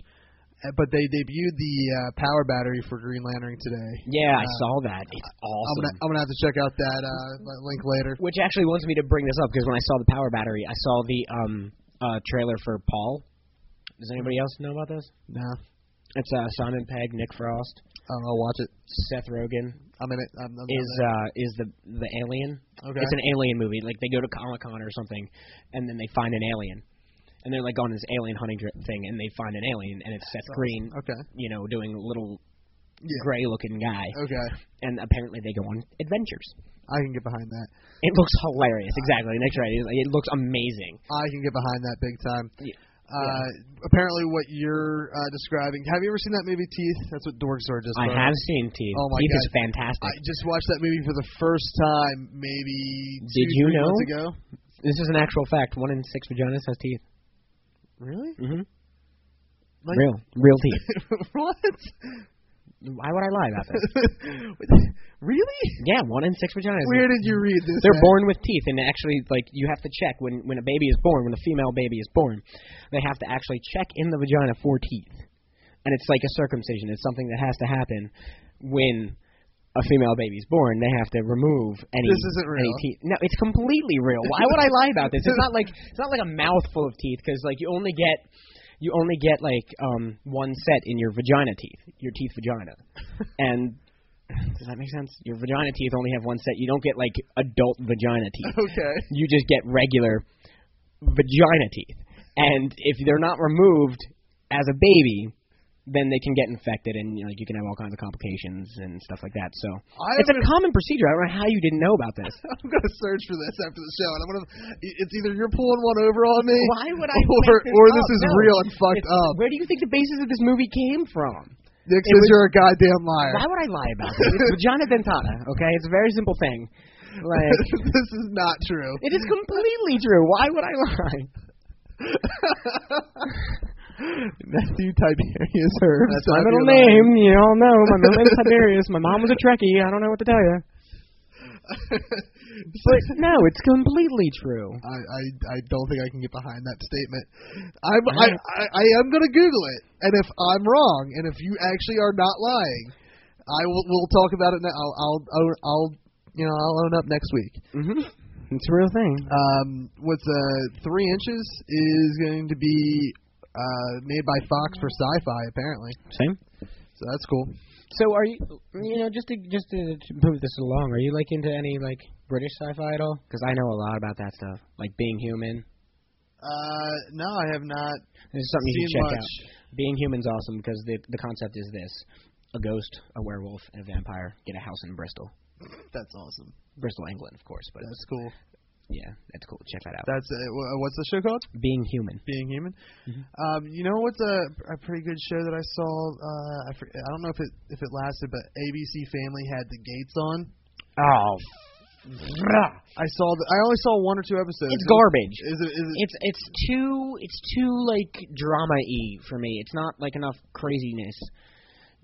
Speaker 4: uh, but they debuted the uh, power battery for Green Lantern today.
Speaker 3: Yeah, I saw that. It's
Speaker 4: I'm
Speaker 3: awesome.
Speaker 4: gonna, I'm gonna have to check out that uh, li- link later.
Speaker 3: Which actually wants me to bring this up because when I saw the power battery, I saw the um uh trailer for Paul. Does anybody else know about this?
Speaker 4: No,
Speaker 3: It's uh Simon Pegg, Nick Frost,
Speaker 4: um, I'll watch it.
Speaker 3: Seth Rogen
Speaker 4: I'm in it. I'm, I'm
Speaker 3: is uh is the the alien.
Speaker 4: Okay.
Speaker 3: It's an alien movie. Like they go to Comic Con or something, and then they find an alien, and they're like on this alien hunting dri- thing, and they find an alien, and it's Seth Green,
Speaker 4: Okay.
Speaker 3: you know, doing a little
Speaker 4: Yeah.
Speaker 3: gray looking guy,
Speaker 4: Okay.
Speaker 3: and apparently they go on adventures.
Speaker 4: I can get behind that.
Speaker 3: It looks hilarious.
Speaker 4: Ah.
Speaker 3: Exactly. Nick's right. He's like, It looks amazing.
Speaker 4: I can get behind that big time.
Speaker 3: Yeah.
Speaker 4: Uh, apparently, what you're uh, describing. Have you ever seen that movie Teeth? That's what dorks are just.
Speaker 3: I
Speaker 4: for.
Speaker 3: have seen Teeth.
Speaker 4: Oh my
Speaker 3: Teeth is
Speaker 4: God.
Speaker 3: fantastic.
Speaker 4: I just watched that movie for the first time, maybe two,
Speaker 3: Did you
Speaker 4: three
Speaker 3: know?
Speaker 4: months ago.
Speaker 3: This is an actual fact. One in six vaginas has teeth.
Speaker 4: Really?
Speaker 3: Mm-hmm.
Speaker 4: Like,
Speaker 3: real, real teeth.
Speaker 4: what?
Speaker 3: Why would I lie about this?
Speaker 4: really?
Speaker 3: Yeah, one in six vaginas.
Speaker 4: Where did you read this?
Speaker 3: They're
Speaker 4: at?
Speaker 3: born with teeth, and actually, like you have to check when when a baby is born, when a female baby is born, they have to actually check in the vagina for teeth, and it's like a circumcision. It's something that has to happen when a female baby is born. They have to remove any.
Speaker 4: This isn't
Speaker 3: any
Speaker 4: real.
Speaker 3: teeth. No, it's completely real. Why would I lie about this? It's not like it's not like a mouthful of teeth because like you only get. You only get like um one set in your vagina teeth, your teeth vagina, and does that make sense? Your vagina teeth only have one set. You don't get like adult vagina teeth.
Speaker 4: Okay.
Speaker 3: You just get regular vagina teeth. And if they're not removed as a baby, then they can get infected and you know, like you can have all kinds of complications and stuff like that. So
Speaker 4: I
Speaker 3: it's a
Speaker 4: haven't-
Speaker 3: common procedure. I don't know how you didn't know about this.
Speaker 4: I'm gonna search for this after the show, and I'm gonna. It's either you're pulling one over on me.
Speaker 3: Why would I?
Speaker 4: Or,
Speaker 3: make
Speaker 4: or this
Speaker 3: up?
Speaker 4: is
Speaker 3: No.
Speaker 4: real and fucked
Speaker 3: It's-
Speaker 4: up.
Speaker 3: Where do you think the basis of this movie came from? it
Speaker 4: Nick says
Speaker 3: was-
Speaker 4: you're a goddamn liar.
Speaker 3: Why would I lie about this? It's vagina dentata. Okay, it's a very simple thing. Like
Speaker 4: this is not true.
Speaker 3: It is completely true. Why would I lie?
Speaker 4: Matthew Tiberius Herbs.
Speaker 3: That's my middle name. You all know. My middle name is Tiberius. My mom was a Trekkie. I don't know what to tell you. But no, it's completely true.
Speaker 4: I, I I don't think I can get behind that statement. I'm I, I, I am gonna Google it, and if I'm wrong, and if you actually are not lying, I will we'll talk about it. Now. I'll I'll I'll, I'll you know I'll own up next week.
Speaker 3: Mm-hmm. It's a real thing.
Speaker 4: Um, what's uh three inches is going to be uh made by Fox for Sci-Fi apparently,
Speaker 3: Same.
Speaker 4: so that's cool.
Speaker 3: So are you? You know, just to just to to move this along, are you like into any like British sci-fi at all? Because I know a lot about that stuff, like being human.
Speaker 4: Uh, no, I have not
Speaker 3: This is something you
Speaker 4: seen
Speaker 3: should check
Speaker 4: much.
Speaker 3: out. Being human's awesome because the the concept is this: a ghost, a werewolf, and a vampire get a house in Bristol,
Speaker 4: That's awesome.
Speaker 3: Bristol, England, of course. But
Speaker 4: That's cool.
Speaker 3: yeah, that's cool. Check that out.
Speaker 4: That's uh, wh- what's the show called?
Speaker 3: being human.
Speaker 4: Being Human.
Speaker 3: Mm-hmm.
Speaker 4: Um, you know what's a, a pretty good show that I saw? Uh, I, for, I don't know if it if it lasted, but ABC Family had The Gates on.
Speaker 3: Oh,
Speaker 4: I saw the, I only saw one or two episodes.
Speaker 3: it's garbage.
Speaker 4: Is it? Is it
Speaker 3: It's it's too it's too like drama y for me. It's not like enough craziness,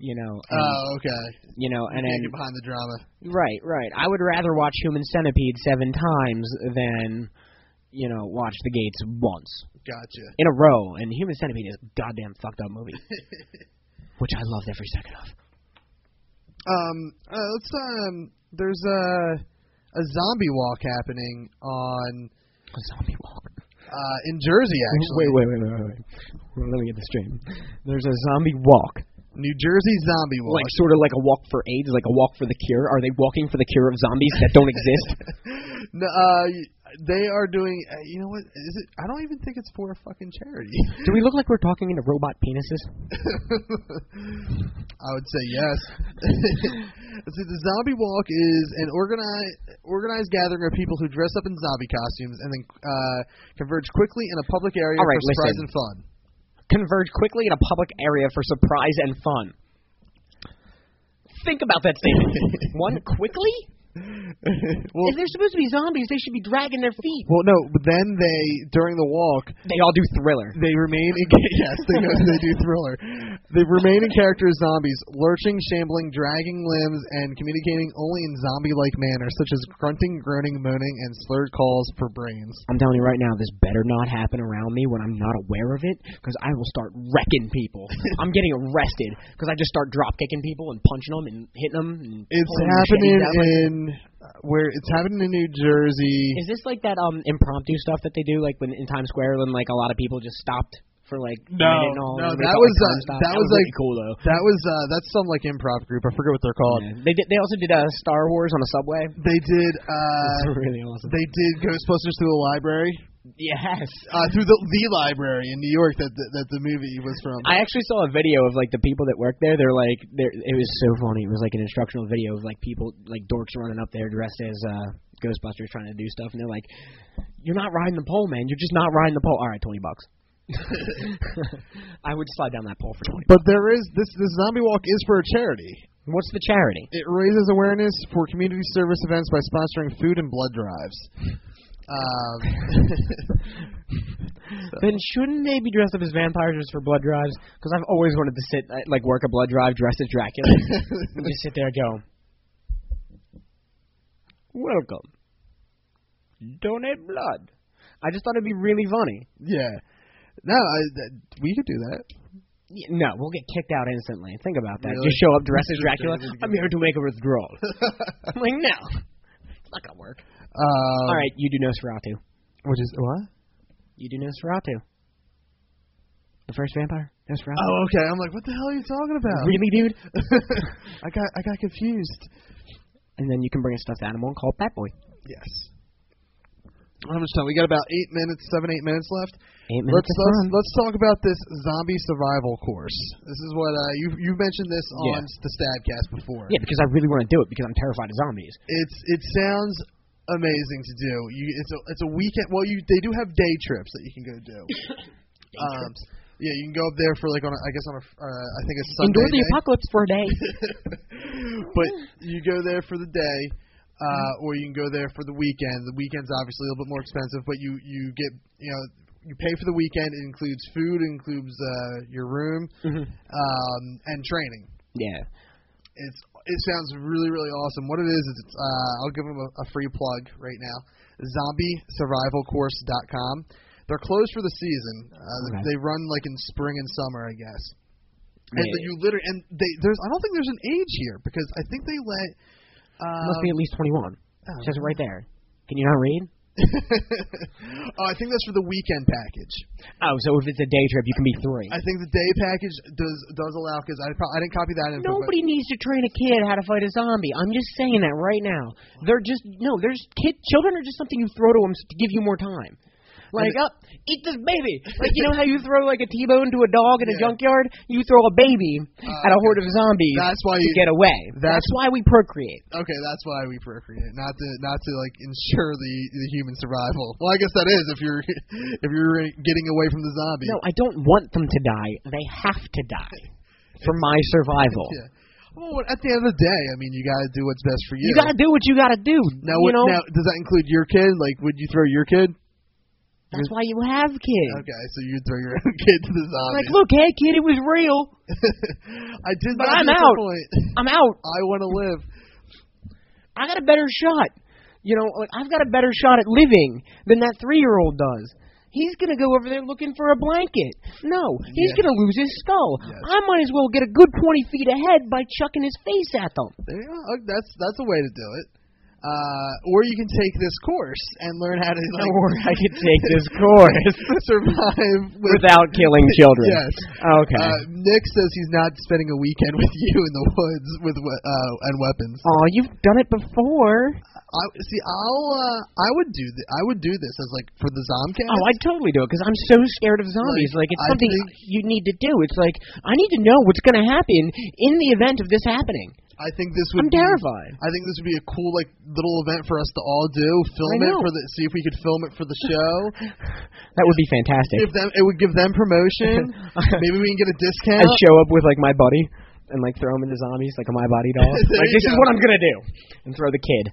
Speaker 3: you know. And,
Speaker 4: oh, okay.
Speaker 3: you know, and
Speaker 4: Can't
Speaker 3: then
Speaker 4: get behind the drama.
Speaker 3: right, right. I would rather watch Human Centipede seven times than you know watch The Gates once
Speaker 4: Gotcha.
Speaker 3: in a row. And Human Centipede is a goddamn fucked up movie, which I loved every second of.
Speaker 4: Um, uh, let's um. There's a a zombie walk happening on
Speaker 3: A zombie walk.
Speaker 4: uh, in Jersey actually.
Speaker 3: Wait, wait, wait, wait, wait, wait. Let me get this straight. There's a zombie walk
Speaker 4: New Jersey zombie walk.
Speaker 3: like sort of like a walk for AIDS, like a walk for the cure. Are they walking for the cure of zombies that don't exist?
Speaker 4: No, uh, they are doing. Uh, you know what? Is it? I don't even think it's for a fucking charity.
Speaker 3: Do we look like we're talking into robot penises?
Speaker 4: I would say yes. See, the zombie walk is an organized organized gathering of people who dress up in zombie costumes and then uh, converge quickly in a public area
Speaker 3: All right,
Speaker 4: for surprise
Speaker 3: listen.
Speaker 4: and fun.
Speaker 3: Converge quickly in a public area for surprise and fun. Think about that statement. One quickly.
Speaker 4: Well,
Speaker 3: if they're supposed to be zombies, they should be dragging their feet.
Speaker 4: well, no. But then they during the walk
Speaker 3: They all do Thriller.
Speaker 4: They remain in yes, they go, they do thriller. They remain in character as zombies, lurching, shambling, dragging limbs, and communicating only in zombie-like manner, such as grunting, groaning, moaning, and slurred calls for brains.
Speaker 3: I'm telling you right now, this better not happen around me when I'm not aware of it, because I will start wrecking people. I'm getting arrested because I just start drop kicking people and punching them and hitting them. And
Speaker 4: It's
Speaker 3: pulling machetes
Speaker 4: happening
Speaker 3: out my
Speaker 4: in where it's happening in New Jersey.
Speaker 3: Is this like that um impromptu stuff that they do, like when in Times Square, when like a lot of people just stopped for like a
Speaker 4: No,
Speaker 3: minute and all,
Speaker 4: no,
Speaker 3: and they
Speaker 4: that
Speaker 3: felt like
Speaker 4: was, uh,
Speaker 3: time stopped?
Speaker 4: that was, like-
Speaker 3: really cool though.
Speaker 4: That was uh, that's some like improv group. I forget what they're called.
Speaker 3: They did, they also did uh, Star Wars on a subway.
Speaker 4: They did uh,
Speaker 3: That's really awesome.
Speaker 4: they did Ghostbusters through the library.
Speaker 3: yes,
Speaker 4: Uh, through the, the library in New York that, that that the movie was from.
Speaker 3: I actually saw a video of like the people that work there. They're like, they're, it was so funny. It was like an instructional video of like people like dorks running up there dressed as uh Ghostbusters trying to do stuff, and they're like, "You're not riding the pole, man. You're just not riding the pole. All right, twenty bucks." I would slide down that pole for twenty.
Speaker 4: But there is this this zombie walk is for a charity.
Speaker 3: What's the charity?
Speaker 4: It raises awareness for community service events by sponsoring food and blood drives. Um,
Speaker 3: Then shouldn't they be dressed up as vampires just for blood drives? Because I've always wanted to sit uh, like work a blood drive dressed as Dracula and just sit there and go, "Welcome, donate blood." I just thought it'd be really funny.
Speaker 4: Yeah. No, I, that, we could do that.
Speaker 3: Y- No, we'll get kicked out instantly. Think about that.
Speaker 4: Really?
Speaker 3: Just show up dressed as
Speaker 4: Just
Speaker 3: Dracula.
Speaker 4: dressed as-
Speaker 3: I'm here to make a withdrawal. I'm like, no, it's not gonna work.
Speaker 4: Um,
Speaker 3: All right, you do Nosferatu.
Speaker 4: Which is what?
Speaker 3: You do Nosferatu. The first vampire, Nosferatu.
Speaker 4: Oh, okay. I'm like, what the hell are you talking about?
Speaker 3: Really, dude?
Speaker 4: I got I got confused.
Speaker 3: and then you can bring a stuffed animal and call it Bat Boy.
Speaker 4: Yes. How much time? We got about eight minutes, seven, eight minutes left.
Speaker 3: Eight
Speaker 4: Let's
Speaker 3: minutes of
Speaker 4: let's,
Speaker 3: fun.
Speaker 4: let's talk about this zombie survival course. This is what uh, you you mentioned this
Speaker 3: Yeah.
Speaker 4: on the Stabcast before.
Speaker 3: Yeah, because I really want to do it because I'm terrified of zombies.
Speaker 4: It's it sounds amazing to do. You it's a it's a weekend. Well, you they do have day trips that you can go do. um, yeah, you can go up there for like on a, I guess on a uh, I think it's Sunday.
Speaker 3: Endure the
Speaker 4: day.
Speaker 3: apocalypse for a day.
Speaker 4: but you go there for the day, uh, or you can go there for the weekend. The weekend's obviously a little bit more expensive, but you you get you know you pay for the weekend. It includes food, it includes uh, your room, um, and training.
Speaker 3: yeah.
Speaker 4: It's it sounds really really awesome. What it is is it's, uh, I'll give them a, a free plug right now. ZombieSurvivalCourse.com. They're closed for the season. Uh,
Speaker 3: Okay.
Speaker 4: They run like in spring and summer, I guess. And
Speaker 3: Yeah.
Speaker 4: you literally and they there's I don't think there's an age here because I think they let.
Speaker 3: It
Speaker 4: Um,
Speaker 3: must be at least 21.
Speaker 4: oh.
Speaker 3: It says it right there. Can you not read?
Speaker 4: oh, I think that's for the weekend package.
Speaker 3: Oh, so if it's a day trip, you can be three.
Speaker 4: I think the day package does does allow because I pro- I didn't copy that info. but-
Speaker 3: Nobody needs to train a kid how to fight a zombie. I'm just saying that right now. They're just no. There's kid children are just something you throw to them to give you more time. Like up, eat this baby. Like you know how you throw like a T-bone to a dog in a
Speaker 4: Yeah. Uh,
Speaker 3: junkyard. You throw a baby at a horde of zombies.
Speaker 4: That's
Speaker 3: to
Speaker 4: why you-
Speaker 3: get away.
Speaker 4: that's-
Speaker 3: That's, why we procreate.
Speaker 4: Okay, that's why we procreate, not to not to like ensure the the human survival. Well, I guess that is if you're if you're getting away from the zombie.
Speaker 3: No, I don't want them to die. They have to die for my survival.
Speaker 4: Yeah. Well, at the end of the day, I mean, you got to do what's best for you.
Speaker 3: You gotta do what you gotta do.
Speaker 4: now,
Speaker 3: you
Speaker 4: what,
Speaker 3: know
Speaker 4: now, does that include your kid? Like, would you throw your kid?
Speaker 3: that's why you have kids.
Speaker 4: Okay, so you throw your own kid to the zombie.
Speaker 3: Like, look, hey kid, it was real.
Speaker 4: I did
Speaker 3: But
Speaker 4: not
Speaker 3: I'm
Speaker 4: get the
Speaker 3: out.
Speaker 4: point.
Speaker 3: I'm out.
Speaker 4: I want to live.
Speaker 3: I got a better shot. You know, like I've got a better shot at living than that three year old does. He's gonna go over there looking for a blanket. No, he's
Speaker 4: Yes.
Speaker 3: gonna lose his skull.
Speaker 4: Yes.
Speaker 3: I might as well get a good twenty feet ahead by chucking his face at them.
Speaker 4: There you go. Oh, That's that's a way to do it. Uh, or you can take this course and learn how to like,
Speaker 3: Or I could take this course
Speaker 4: survive with,
Speaker 3: without killing children.
Speaker 4: Yes.
Speaker 3: Okay.
Speaker 4: Uh, Nick says he's not spending a weekend with you in the woods with we- uh, and weapons.
Speaker 3: oh, you've done it before.
Speaker 4: I see. I'll. Uh, I would do. Th- I would do this as like for the Zomcast.
Speaker 3: Oh, I totally do it because I'm so scared of zombies. Like,
Speaker 4: Like,
Speaker 3: it's
Speaker 4: I
Speaker 3: something
Speaker 4: think-
Speaker 3: you need to do. It's like I need to know what's going to happen in the event of this happening.
Speaker 4: I think this would.
Speaker 3: I'm
Speaker 4: be,
Speaker 3: terrified.
Speaker 4: I think this would be a cool like little event for us to all do. Film
Speaker 3: I
Speaker 4: it
Speaker 3: know.
Speaker 4: for the. See if we could film it for the show.
Speaker 3: That would be fantastic.
Speaker 4: Give them. It would give them promotion. Maybe we can get
Speaker 3: I
Speaker 4: a discount.
Speaker 3: show up with like my buddy and like throw him into zombies like a my body doll.
Speaker 4: There
Speaker 3: like
Speaker 4: you
Speaker 3: this is
Speaker 4: go.
Speaker 3: what I'm gonna do, and throw the kid.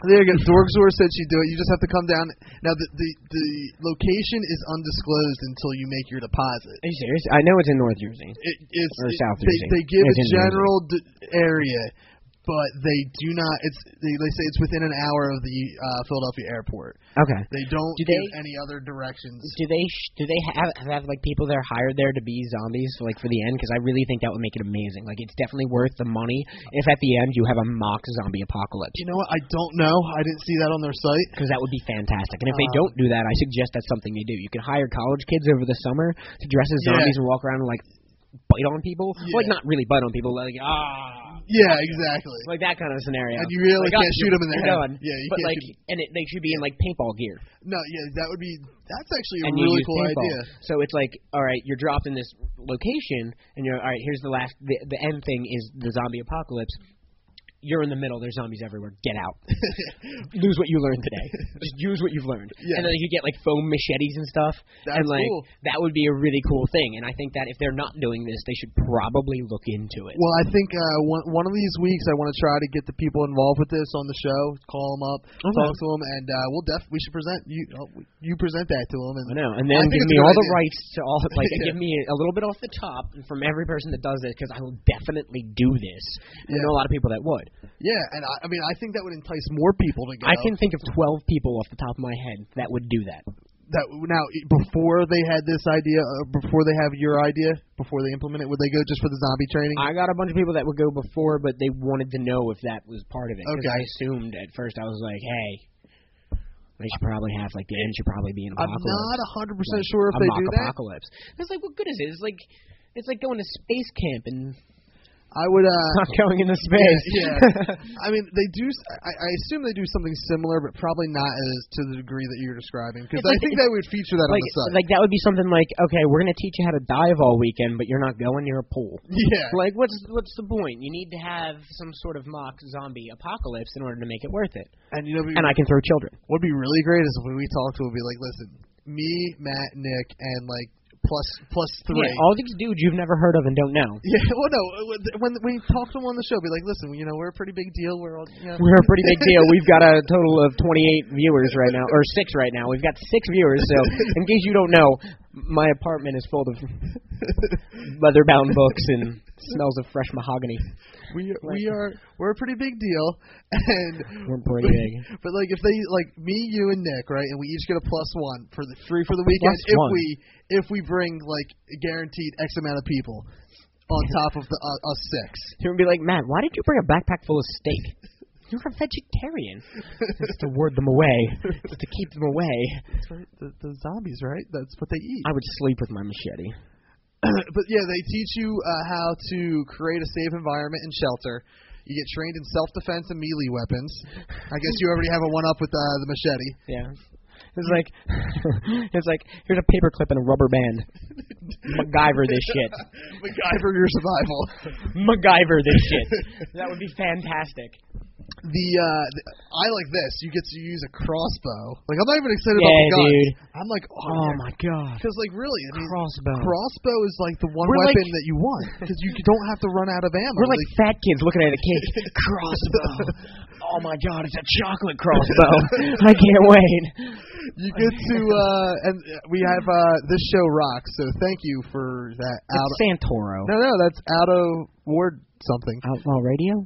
Speaker 4: There you go. Dorgzor said she'd do it. You just have to come down. Now the the, the location is undisclosed until you make your deposit.
Speaker 3: Are you serious? I know it's in North Jersey.
Speaker 4: It, it's
Speaker 3: Or
Speaker 4: it-
Speaker 3: South
Speaker 4: they,
Speaker 3: Jersey.
Speaker 4: they give
Speaker 3: It's
Speaker 4: a
Speaker 3: in Jersey.
Speaker 4: general d- area, but they do not. It's they, they say it's within an hour of the uh, Philadelphia airport.
Speaker 3: Okay.
Speaker 4: They don't
Speaker 3: Do
Speaker 4: give
Speaker 3: they-
Speaker 4: any other directions.
Speaker 3: Do they sh- do they have have like people that are hired there to be zombies like for the end? Because I really think that would make it amazing. Like it's definitely worth the money if at the end you have a mock zombie apocalypse.
Speaker 4: You know what? I don't know. I didn't see that on their site.
Speaker 3: because that would be fantastic. And if
Speaker 4: uh,
Speaker 3: they don't do that, I suggest that's something they do. You can hire college kids over the summer to dress as
Speaker 4: Yeah.
Speaker 3: zombies and walk around and like bite on people. Well, like
Speaker 4: Yeah.
Speaker 3: not really bite on people, like ah,
Speaker 4: Yeah, exactly.
Speaker 3: like that kind of scenario.
Speaker 4: And you
Speaker 3: Like,
Speaker 4: really can't
Speaker 3: ah,
Speaker 4: shoot
Speaker 3: you're-
Speaker 4: 'em in the
Speaker 3: you're
Speaker 4: head.
Speaker 3: done.
Speaker 4: Yeah, you
Speaker 3: but
Speaker 4: can't
Speaker 3: like,
Speaker 4: shoot
Speaker 3: and it, they should be in like paintball gear.
Speaker 4: No, yeah, that would be. That's actually a
Speaker 3: And you use
Speaker 4: really cool
Speaker 3: paintball.
Speaker 4: idea.
Speaker 3: So it's like, all right, you're dropped in this location, and you're all right. Here's the last. The, the end thing is the zombie apocalypse. you're in the middle. There's zombies everywhere. Get out. Lose what you learned today. Just use what you've learned.
Speaker 4: Yeah.
Speaker 3: And then you get like foam machetes and stuff. and
Speaker 4: That's
Speaker 3: like
Speaker 4: cool.
Speaker 3: that would be a really cool thing. And I think that if they're not doing this, they should probably look into it.
Speaker 4: Well, I think uh, one, one of these weeks I want to try to get the people involved with this on the show. Call them up, talk to them, and uh, we'll def we should present you. Uh, you present that to them, and
Speaker 3: I know, and then
Speaker 4: think
Speaker 3: give me
Speaker 4: it's a
Speaker 3: all
Speaker 4: good
Speaker 3: the
Speaker 4: idea.
Speaker 3: rights to all, like, give me a little bit off the top from every person that does this, because I will definitely do this. And I know a lot of people that would.
Speaker 4: Yeah, and I, I mean I think that would entice more people to go.
Speaker 3: I can think of 12 people off the top of my head that would do that.
Speaker 4: that now e, before they had this idea, uh, before they have your idea, before they implement it, would they go just for the zombie training?
Speaker 3: I got a bunch of people that would go before, but they wanted to know if that was part of it. 'cause
Speaker 4: Okay.
Speaker 3: I assumed at first I was like, hey, they should probably have like the end should probably be an
Speaker 4: I'm
Speaker 3: apocalypse.
Speaker 4: not a hundred percent
Speaker 3: like,
Speaker 4: sure if
Speaker 3: a
Speaker 4: they
Speaker 3: mock
Speaker 4: do that.
Speaker 3: apocalypse. It's like, what good is it? It's like, it's like going to space camp and
Speaker 4: I would. Uh,
Speaker 3: not going into space.
Speaker 4: Yeah. I mean, they do. s- I, I assume they do something similar, but probably not as to the degree that you're describing. Because
Speaker 3: It's like-
Speaker 4: I think that would feature that
Speaker 3: like,
Speaker 4: on the site.
Speaker 3: like that would be something like, okay, we're gonna teach you how to dive all weekend, but you're not going near a pool.
Speaker 4: yeah.
Speaker 3: Like, what's what's the point? You need to have some sort of mock zombie apocalypse in order to make it worth it.
Speaker 4: and you know, what
Speaker 3: And I can throw children.
Speaker 4: would be really great is when we talk to, it, be like, listen, me, Matt, Nick, and like plus plus three.
Speaker 3: Yeah, all these dudes you've never heard of and don't know.
Speaker 4: Yeah, well, no. When when you talk to them on the show, be like, listen, you know, we're a pretty big deal. We're all, you know,
Speaker 3: We're a pretty big deal. We've got a total of 28 viewers right now, or six right now. We've got six viewers. So, in case you don't know, my apartment is full of leather-bound books and smells of fresh mahogany.
Speaker 4: we we are we're a pretty big deal, and
Speaker 3: We're pretty big.
Speaker 4: But like if they like me, you, and Nick, right, and we each get a plus one for the free for the weekend
Speaker 3: Plus
Speaker 4: if
Speaker 3: one.
Speaker 4: we if we bring like a guaranteed X amount of people on top of the uh, us six.
Speaker 3: He would be like, Matt, why did you bring a backpack full of steak? You're a vegetarian. it's to ward them away. It's to keep them away.
Speaker 4: That's right, the, the zombies, right? That's what they eat.
Speaker 3: I would sleep with my machete.
Speaker 4: but yeah, they teach you uh, how to create a safe environment and shelter. You get trained in self-defense and melee weapons. I guess you already have a one up with uh, the machete.
Speaker 3: Yeah. It's like, it's like here's a paperclip and a rubber band. MacGyver this shit.
Speaker 4: MacGyver your survival.
Speaker 3: MacGyver this shit. That would be fantastic.
Speaker 4: The uh, the, I like this. You get to use a crossbow. Like I'm not even excited
Speaker 3: Yeah,
Speaker 4: about the guns.
Speaker 3: dude.
Speaker 4: I'm like, oh,
Speaker 3: Oh my god.
Speaker 4: Because like really, I mean,
Speaker 3: Crossbow.
Speaker 4: crossbow is like the one
Speaker 3: We're like-
Speaker 4: weapon that you want because you don't have to run out of ammo.
Speaker 3: We're like fat kids looking at a cake. Crossbow. Oh my god, it's a chocolate crossbow. I can't wait.
Speaker 4: you get to uh, and uh, we have uh, this show rocks. So thank you for that. Out-
Speaker 3: It's Santoro.
Speaker 4: no, no, that's Auto Ward something.
Speaker 3: Outlaw Radio?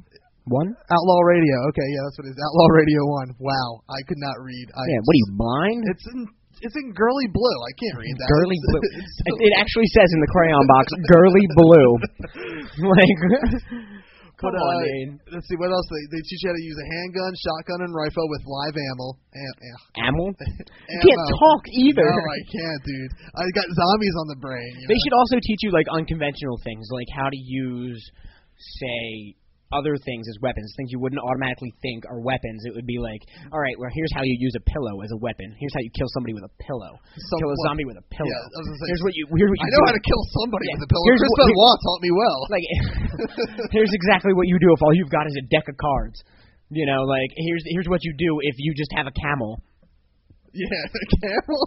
Speaker 3: One?
Speaker 4: Outlaw Radio. Okay, yeah, that's what it is. Outlaw Radio One. Wow, I could not read. I,
Speaker 3: Yeah, what are you, blind?
Speaker 4: It's in it's in girly blue. I can't read that.
Speaker 3: Girly
Speaker 4: It's-
Speaker 3: blue.
Speaker 4: it's so-
Speaker 3: It it actually says in the crayon box, girly blue. like,
Speaker 4: But,
Speaker 3: come on,
Speaker 4: uh,
Speaker 3: dude.
Speaker 4: Let's see what else they they teach you how to use a handgun, shotgun, and rifle with live ammo. Am- am-
Speaker 3: Amel? You
Speaker 4: ammo.
Speaker 3: can't talk either.
Speaker 4: No, I can't, dude. I got zombies on the brain. You
Speaker 3: They
Speaker 4: know?
Speaker 3: should also teach you, like, unconventional things, like how to use, say, other things as weapons, things you wouldn't automatically think are weapons. It would be like, all right, well, here's how you use a pillow as a weapon. Here's how you kill somebody with a pillow.
Speaker 4: Some-
Speaker 3: kill a zombie with a pillow.
Speaker 4: Yeah, I was gonna say-
Speaker 3: here's what you. Here's what you
Speaker 4: I know
Speaker 3: do.
Speaker 4: how to kill somebody
Speaker 3: Yeah.
Speaker 4: with a pillow.
Speaker 3: Here's
Speaker 4: Chris
Speaker 3: what-
Speaker 4: Benoit taught me well.
Speaker 3: like here's exactly what you do if all you've got is a deck of cards. You know, like here's here's what you do if you just have a camel.
Speaker 4: yeah, camel.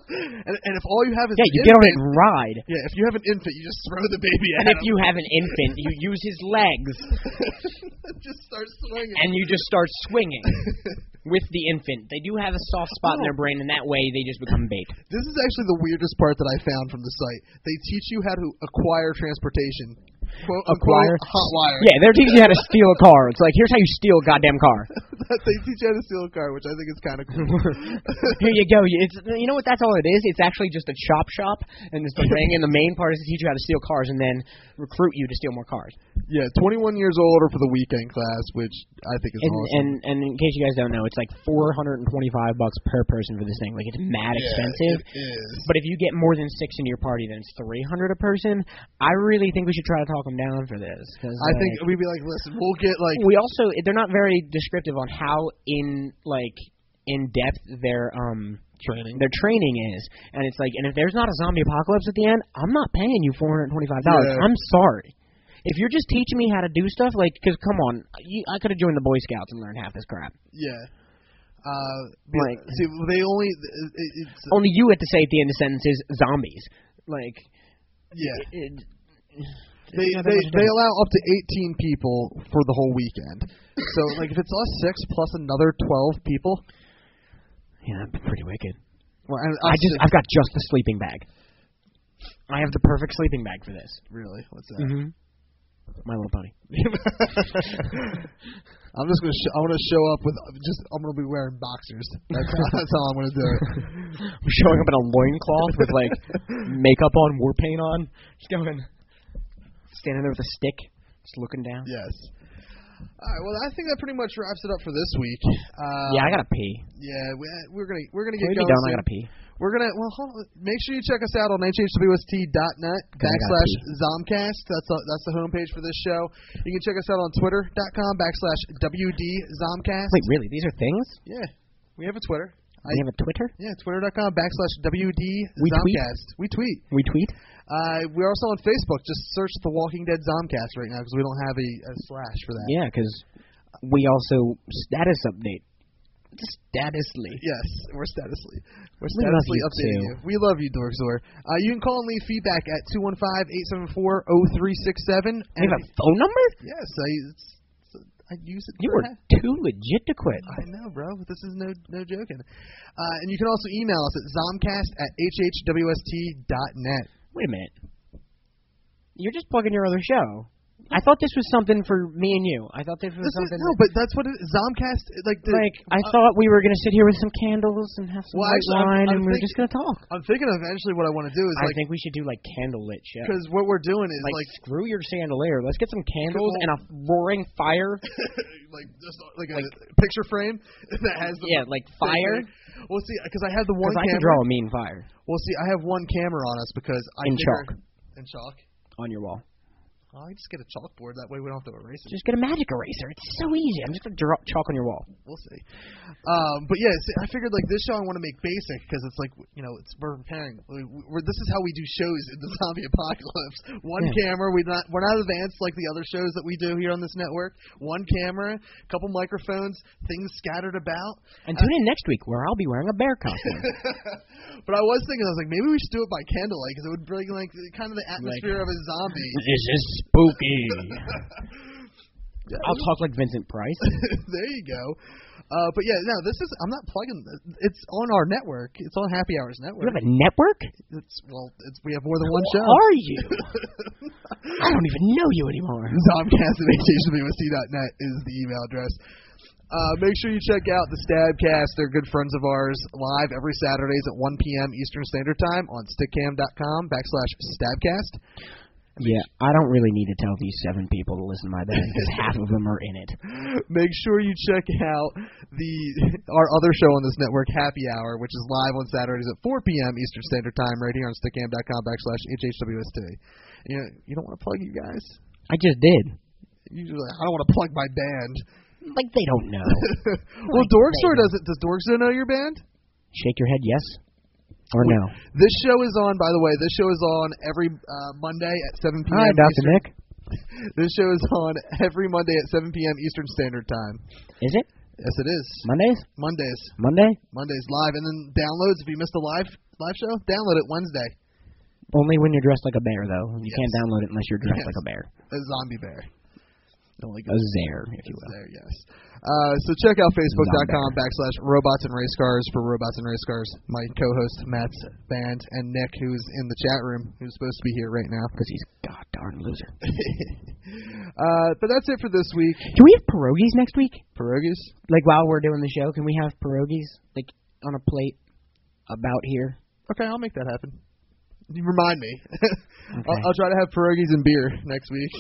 Speaker 4: And, and if all you have is
Speaker 3: Yeah,
Speaker 4: an
Speaker 3: you get on it
Speaker 4: infant-
Speaker 3: and ride.
Speaker 4: Yeah, if you have an infant, you just throw the baby at
Speaker 3: And if
Speaker 4: him.
Speaker 3: you have an infant, you use his legs
Speaker 4: just start swinging.
Speaker 3: and you just start swinging with the infant. They do have a soft spot in their
Speaker 4: Oh.
Speaker 3: brain, and that way they just become bait.
Speaker 4: This is actually the weirdest part that I found from the site. They teach you how to acquire transportation. Quote,
Speaker 3: Acquire?
Speaker 4: Unquote, hot wire.
Speaker 3: Yeah, they're teaching you how to steal a car. It's like here's how you steal a goddamn car.
Speaker 4: they teach you how to steal a car, which I think is kind of cool.
Speaker 3: Here you go. You- It's you know what? That's all it is. It's actually just a chop shop, and it's the ring. And the main part is to teach you how to steal cars, and then recruit you to steal more cars.
Speaker 4: yeah, 21 years old or for the weekend class, which I think is
Speaker 3: And,
Speaker 4: awesome.
Speaker 3: and and in case you guys don't know, it's like 425 bucks per person for this thing. Like it's mad expensive.
Speaker 4: It is.
Speaker 3: But if you get more than six into your party, then it's 300 a person. I really think we should try to talk them down for this. 'cause,
Speaker 4: I think
Speaker 3: like,
Speaker 4: we'd be like, listen, we'll get like
Speaker 3: we also they're not very descriptive on how in like in depth their um training their training is, and it's like and if there's not a zombie apocalypse at the end, I'm not paying you 425 dollars.
Speaker 4: Yeah.
Speaker 3: I'm sorry. If you're just teaching me how to do stuff, like, because come on, you, I could have joined the Boy Scouts and learned half this crap.
Speaker 4: Yeah. Uh, be-
Speaker 3: Like- Oh,
Speaker 4: see, they only it, it- it's
Speaker 3: Only you had to say at the end of sentences, zombies. Like,
Speaker 4: yeah.
Speaker 3: it,
Speaker 4: They
Speaker 3: Yeah, that
Speaker 4: they
Speaker 3: was
Speaker 4: they
Speaker 3: dumb.
Speaker 4: allow up to 18 people for the whole weekend. So like if it's us six plus another 12 people,
Speaker 3: yeah, that'd be pretty wicked.
Speaker 4: well, and
Speaker 3: I
Speaker 4: us
Speaker 3: just,
Speaker 4: six-
Speaker 3: I've got just the sleeping bag. I have the perfect sleeping bag for this.
Speaker 4: really what's that?
Speaker 3: Mm-hmm. My Little Pony.
Speaker 4: I'm just gonna sh- I want to show up with just I'm gonna be wearing boxers. That's how, that's how I'm gonna do it.
Speaker 3: I'm showing up in a loincloth with like makeup on, war paint on, just going standing there with a stick, just looking down.
Speaker 4: Yes. All right. Well, I think that pretty much wraps it up for this week. Uh,
Speaker 3: yeah, I gotta pee.
Speaker 4: Yeah, we, uh, we're gonna we're gonna get
Speaker 3: Maybe
Speaker 4: going.
Speaker 3: don't. I
Speaker 4: soon.
Speaker 3: gotta pee.
Speaker 4: We're gonna well hold on. make sure you check us out on hhwst.net backslash zomcast. That's the that's the homepage for this show. You can check us out on twitter.com backslash wd zomcast.
Speaker 3: Wait, really? These are things?
Speaker 4: Yeah, we have a Twitter. I,
Speaker 3: We have a Twitter.
Speaker 4: yeah, twitter.com backslash wd
Speaker 3: We tweet?
Speaker 4: zomcast. We tweet.
Speaker 3: We tweet.
Speaker 4: Uh, we're also on Facebook. Just search the Walking Dead zomcast right now because we don't have a, a slash for that.
Speaker 3: Yeah, because we also status update. Statusly.
Speaker 4: Yes, we're statusly. We're
Speaker 3: We love
Speaker 4: statusly
Speaker 3: you
Speaker 4: updating
Speaker 3: too.
Speaker 4: you. We love you, Dorkzor. Uh, you can call and leave feedback at
Speaker 3: We
Speaker 4: 215-874-0367. And
Speaker 3: have a phone number?
Speaker 4: yes, I, it's, I use it.
Speaker 3: You
Speaker 4: for
Speaker 3: are
Speaker 4: that.
Speaker 3: too legit to quit.
Speaker 4: I know, bro. This is no no joking. Uh, and you can also email us at zomcast at hhwst.net.
Speaker 3: Wait a minute. You're just plugging your other show. I thought this was something for me and you. I thought this was
Speaker 4: This is,
Speaker 3: something.
Speaker 4: no, but that's what it is. Zomcast, like, the, uh,
Speaker 3: like I thought we were gonna sit here with some candles and have some
Speaker 4: Well,
Speaker 3: white
Speaker 4: actually, I'm-
Speaker 3: wine,
Speaker 4: I'm
Speaker 3: and we were
Speaker 4: thinking-
Speaker 3: just gonna talk.
Speaker 4: I'm thinking eventually what I want to do is,
Speaker 3: I
Speaker 4: like,
Speaker 3: think we should do like candlelit show.
Speaker 4: because what we're doing is,
Speaker 3: Like,
Speaker 4: like,
Speaker 3: screw your chandelier. Let's get some candles
Speaker 4: Well-
Speaker 3: and a roaring fire.
Speaker 4: like just like a picture frame that has the
Speaker 3: Yeah, like fire.
Speaker 4: Well, see, because I have the one
Speaker 3: Because I
Speaker 4: camera.
Speaker 3: can draw a mean fire
Speaker 4: Well, see, I have one camera on us because I
Speaker 3: In
Speaker 4: figure-
Speaker 3: chalk.
Speaker 4: In chalk.
Speaker 3: on your wall.
Speaker 4: Oh, I just get a chalkboard. That way we don't have to erase it.
Speaker 3: Just get a magic eraser. It's so easy. I'm just gonna draw chalk on your wall.
Speaker 4: We'll see. Um, but yeah, see, I figured like this show I want to make basic because it's like you know it's we're preparing. We, we're, this is how we do shows in the zombie apocalypse. One
Speaker 3: Yeah.
Speaker 4: camera. We not we're not advanced like the other shows that we do here on this network. One camera, couple microphones, things scattered about.
Speaker 3: And tune in next week where I'll be wearing a bear costume.
Speaker 4: but I was thinking, I was like, maybe we should do it by candlelight because it would bring like the- kind of the atmosphere of a zombie.
Speaker 3: this is spooky. I'll talk like Vincent Price.
Speaker 4: there you go. Uh, but yeah, no, this is. I'm not plugging. th- It's on our network. It's on Happy Hours
Speaker 3: You
Speaker 4: Network.
Speaker 3: have a network?
Speaker 4: It's well, it's we have more than one
Speaker 3: Who
Speaker 4: show.
Speaker 3: are you? I don't even know you anymore.
Speaker 4: Zomcast at hhwsc.net is the email address. Uh, make sure you check out the Stabcast. They're good friends of ours. Live every Saturdays at 1 p.m. Eastern Standard Time on stickcam.com backslash Stabcast.
Speaker 3: Yeah, I don't really need to tell these seven people to listen to my band because half of them are in it.
Speaker 4: make sure you check out the our other show on this network, Happy Hour, which is live on Saturdays at 4 p.m. Eastern Standard Time, right here on stickcam.com backslash hhwst. You know, you don't want to plug you guys.
Speaker 3: I just did.
Speaker 4: You're like, I don't want to plug my band.
Speaker 3: Like they don't know.
Speaker 4: well,
Speaker 3: Like,
Speaker 4: Dorkstore
Speaker 3: baby.
Speaker 4: doesn't. Does Dorkstore know your band?
Speaker 3: Shake your head, yes or no.
Speaker 4: This show is on, by the way. This show is on every uh, Monday at 7 p.m.
Speaker 3: Hi, Doctor
Speaker 4: Eastern.
Speaker 3: Nick.
Speaker 4: This show is on every Monday at 7 p.m. Eastern Standard Time.
Speaker 3: Is it
Speaker 4: Yes, it is.
Speaker 3: Mondays?
Speaker 4: Mondays.
Speaker 3: Monday?
Speaker 4: Mondays live, and then downloads. If you missed the live live show, download it Wednesday.
Speaker 3: Only when you're dressed like a bear, though. You can't
Speaker 4: Yes.
Speaker 3: download it unless you're dressed
Speaker 4: Yes.
Speaker 3: like a bear.
Speaker 4: A zombie bear. Don't like
Speaker 3: A zare, if you will.
Speaker 4: There, yes. Uh, so check out facebook.com backslash robots and race cars for robots and race cars. My co-host Matt's band and Nick, who's in the chat room, who's supposed to be here right now.
Speaker 3: Because he's a god darn loser.
Speaker 4: uh, but that's it for this week.
Speaker 3: Can we have pierogies next week?
Speaker 4: Pierogies.
Speaker 3: Like while we're doing the show, can we have pierogies like on a plate about here?
Speaker 4: Okay, I'll make that happen. You remind me. I'll, I'll try to have pierogies and beer next week.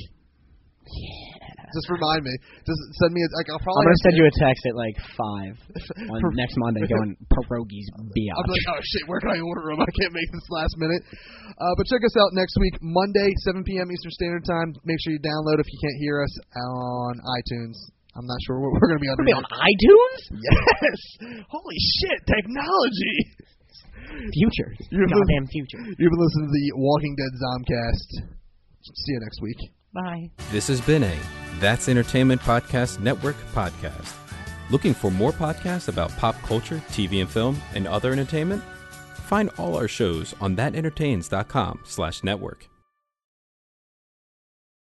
Speaker 4: Just remind me. Just send me. A, like, uh, I'll
Speaker 3: I'm
Speaker 4: probably
Speaker 3: gonna
Speaker 4: have
Speaker 3: send
Speaker 4: to-
Speaker 3: you a text at like five on next Monday going pierogies
Speaker 4: I'm
Speaker 3: biatch.
Speaker 4: like, oh shit, where can I order them? I can't make this last minute. Uh, but check us out next week, Monday, 7 p.m. Eastern Standard Time. Make sure you download if you can't hear us on iTunes. I'm not sure what we're going to be on.
Speaker 3: Be on iTunes?
Speaker 4: Yes! Holy shit, technology!
Speaker 3: Future.
Speaker 4: You're
Speaker 3: Goddamn future.
Speaker 4: You've been listening to the Walking Dead Zomcast. See you next week.
Speaker 6: Bye.
Speaker 7: This has been a That's Entertainment Podcast Network podcast. Looking for more podcasts about pop culture, TV and film, and other entertainment? Find all our shows on thatentertains.com slash network.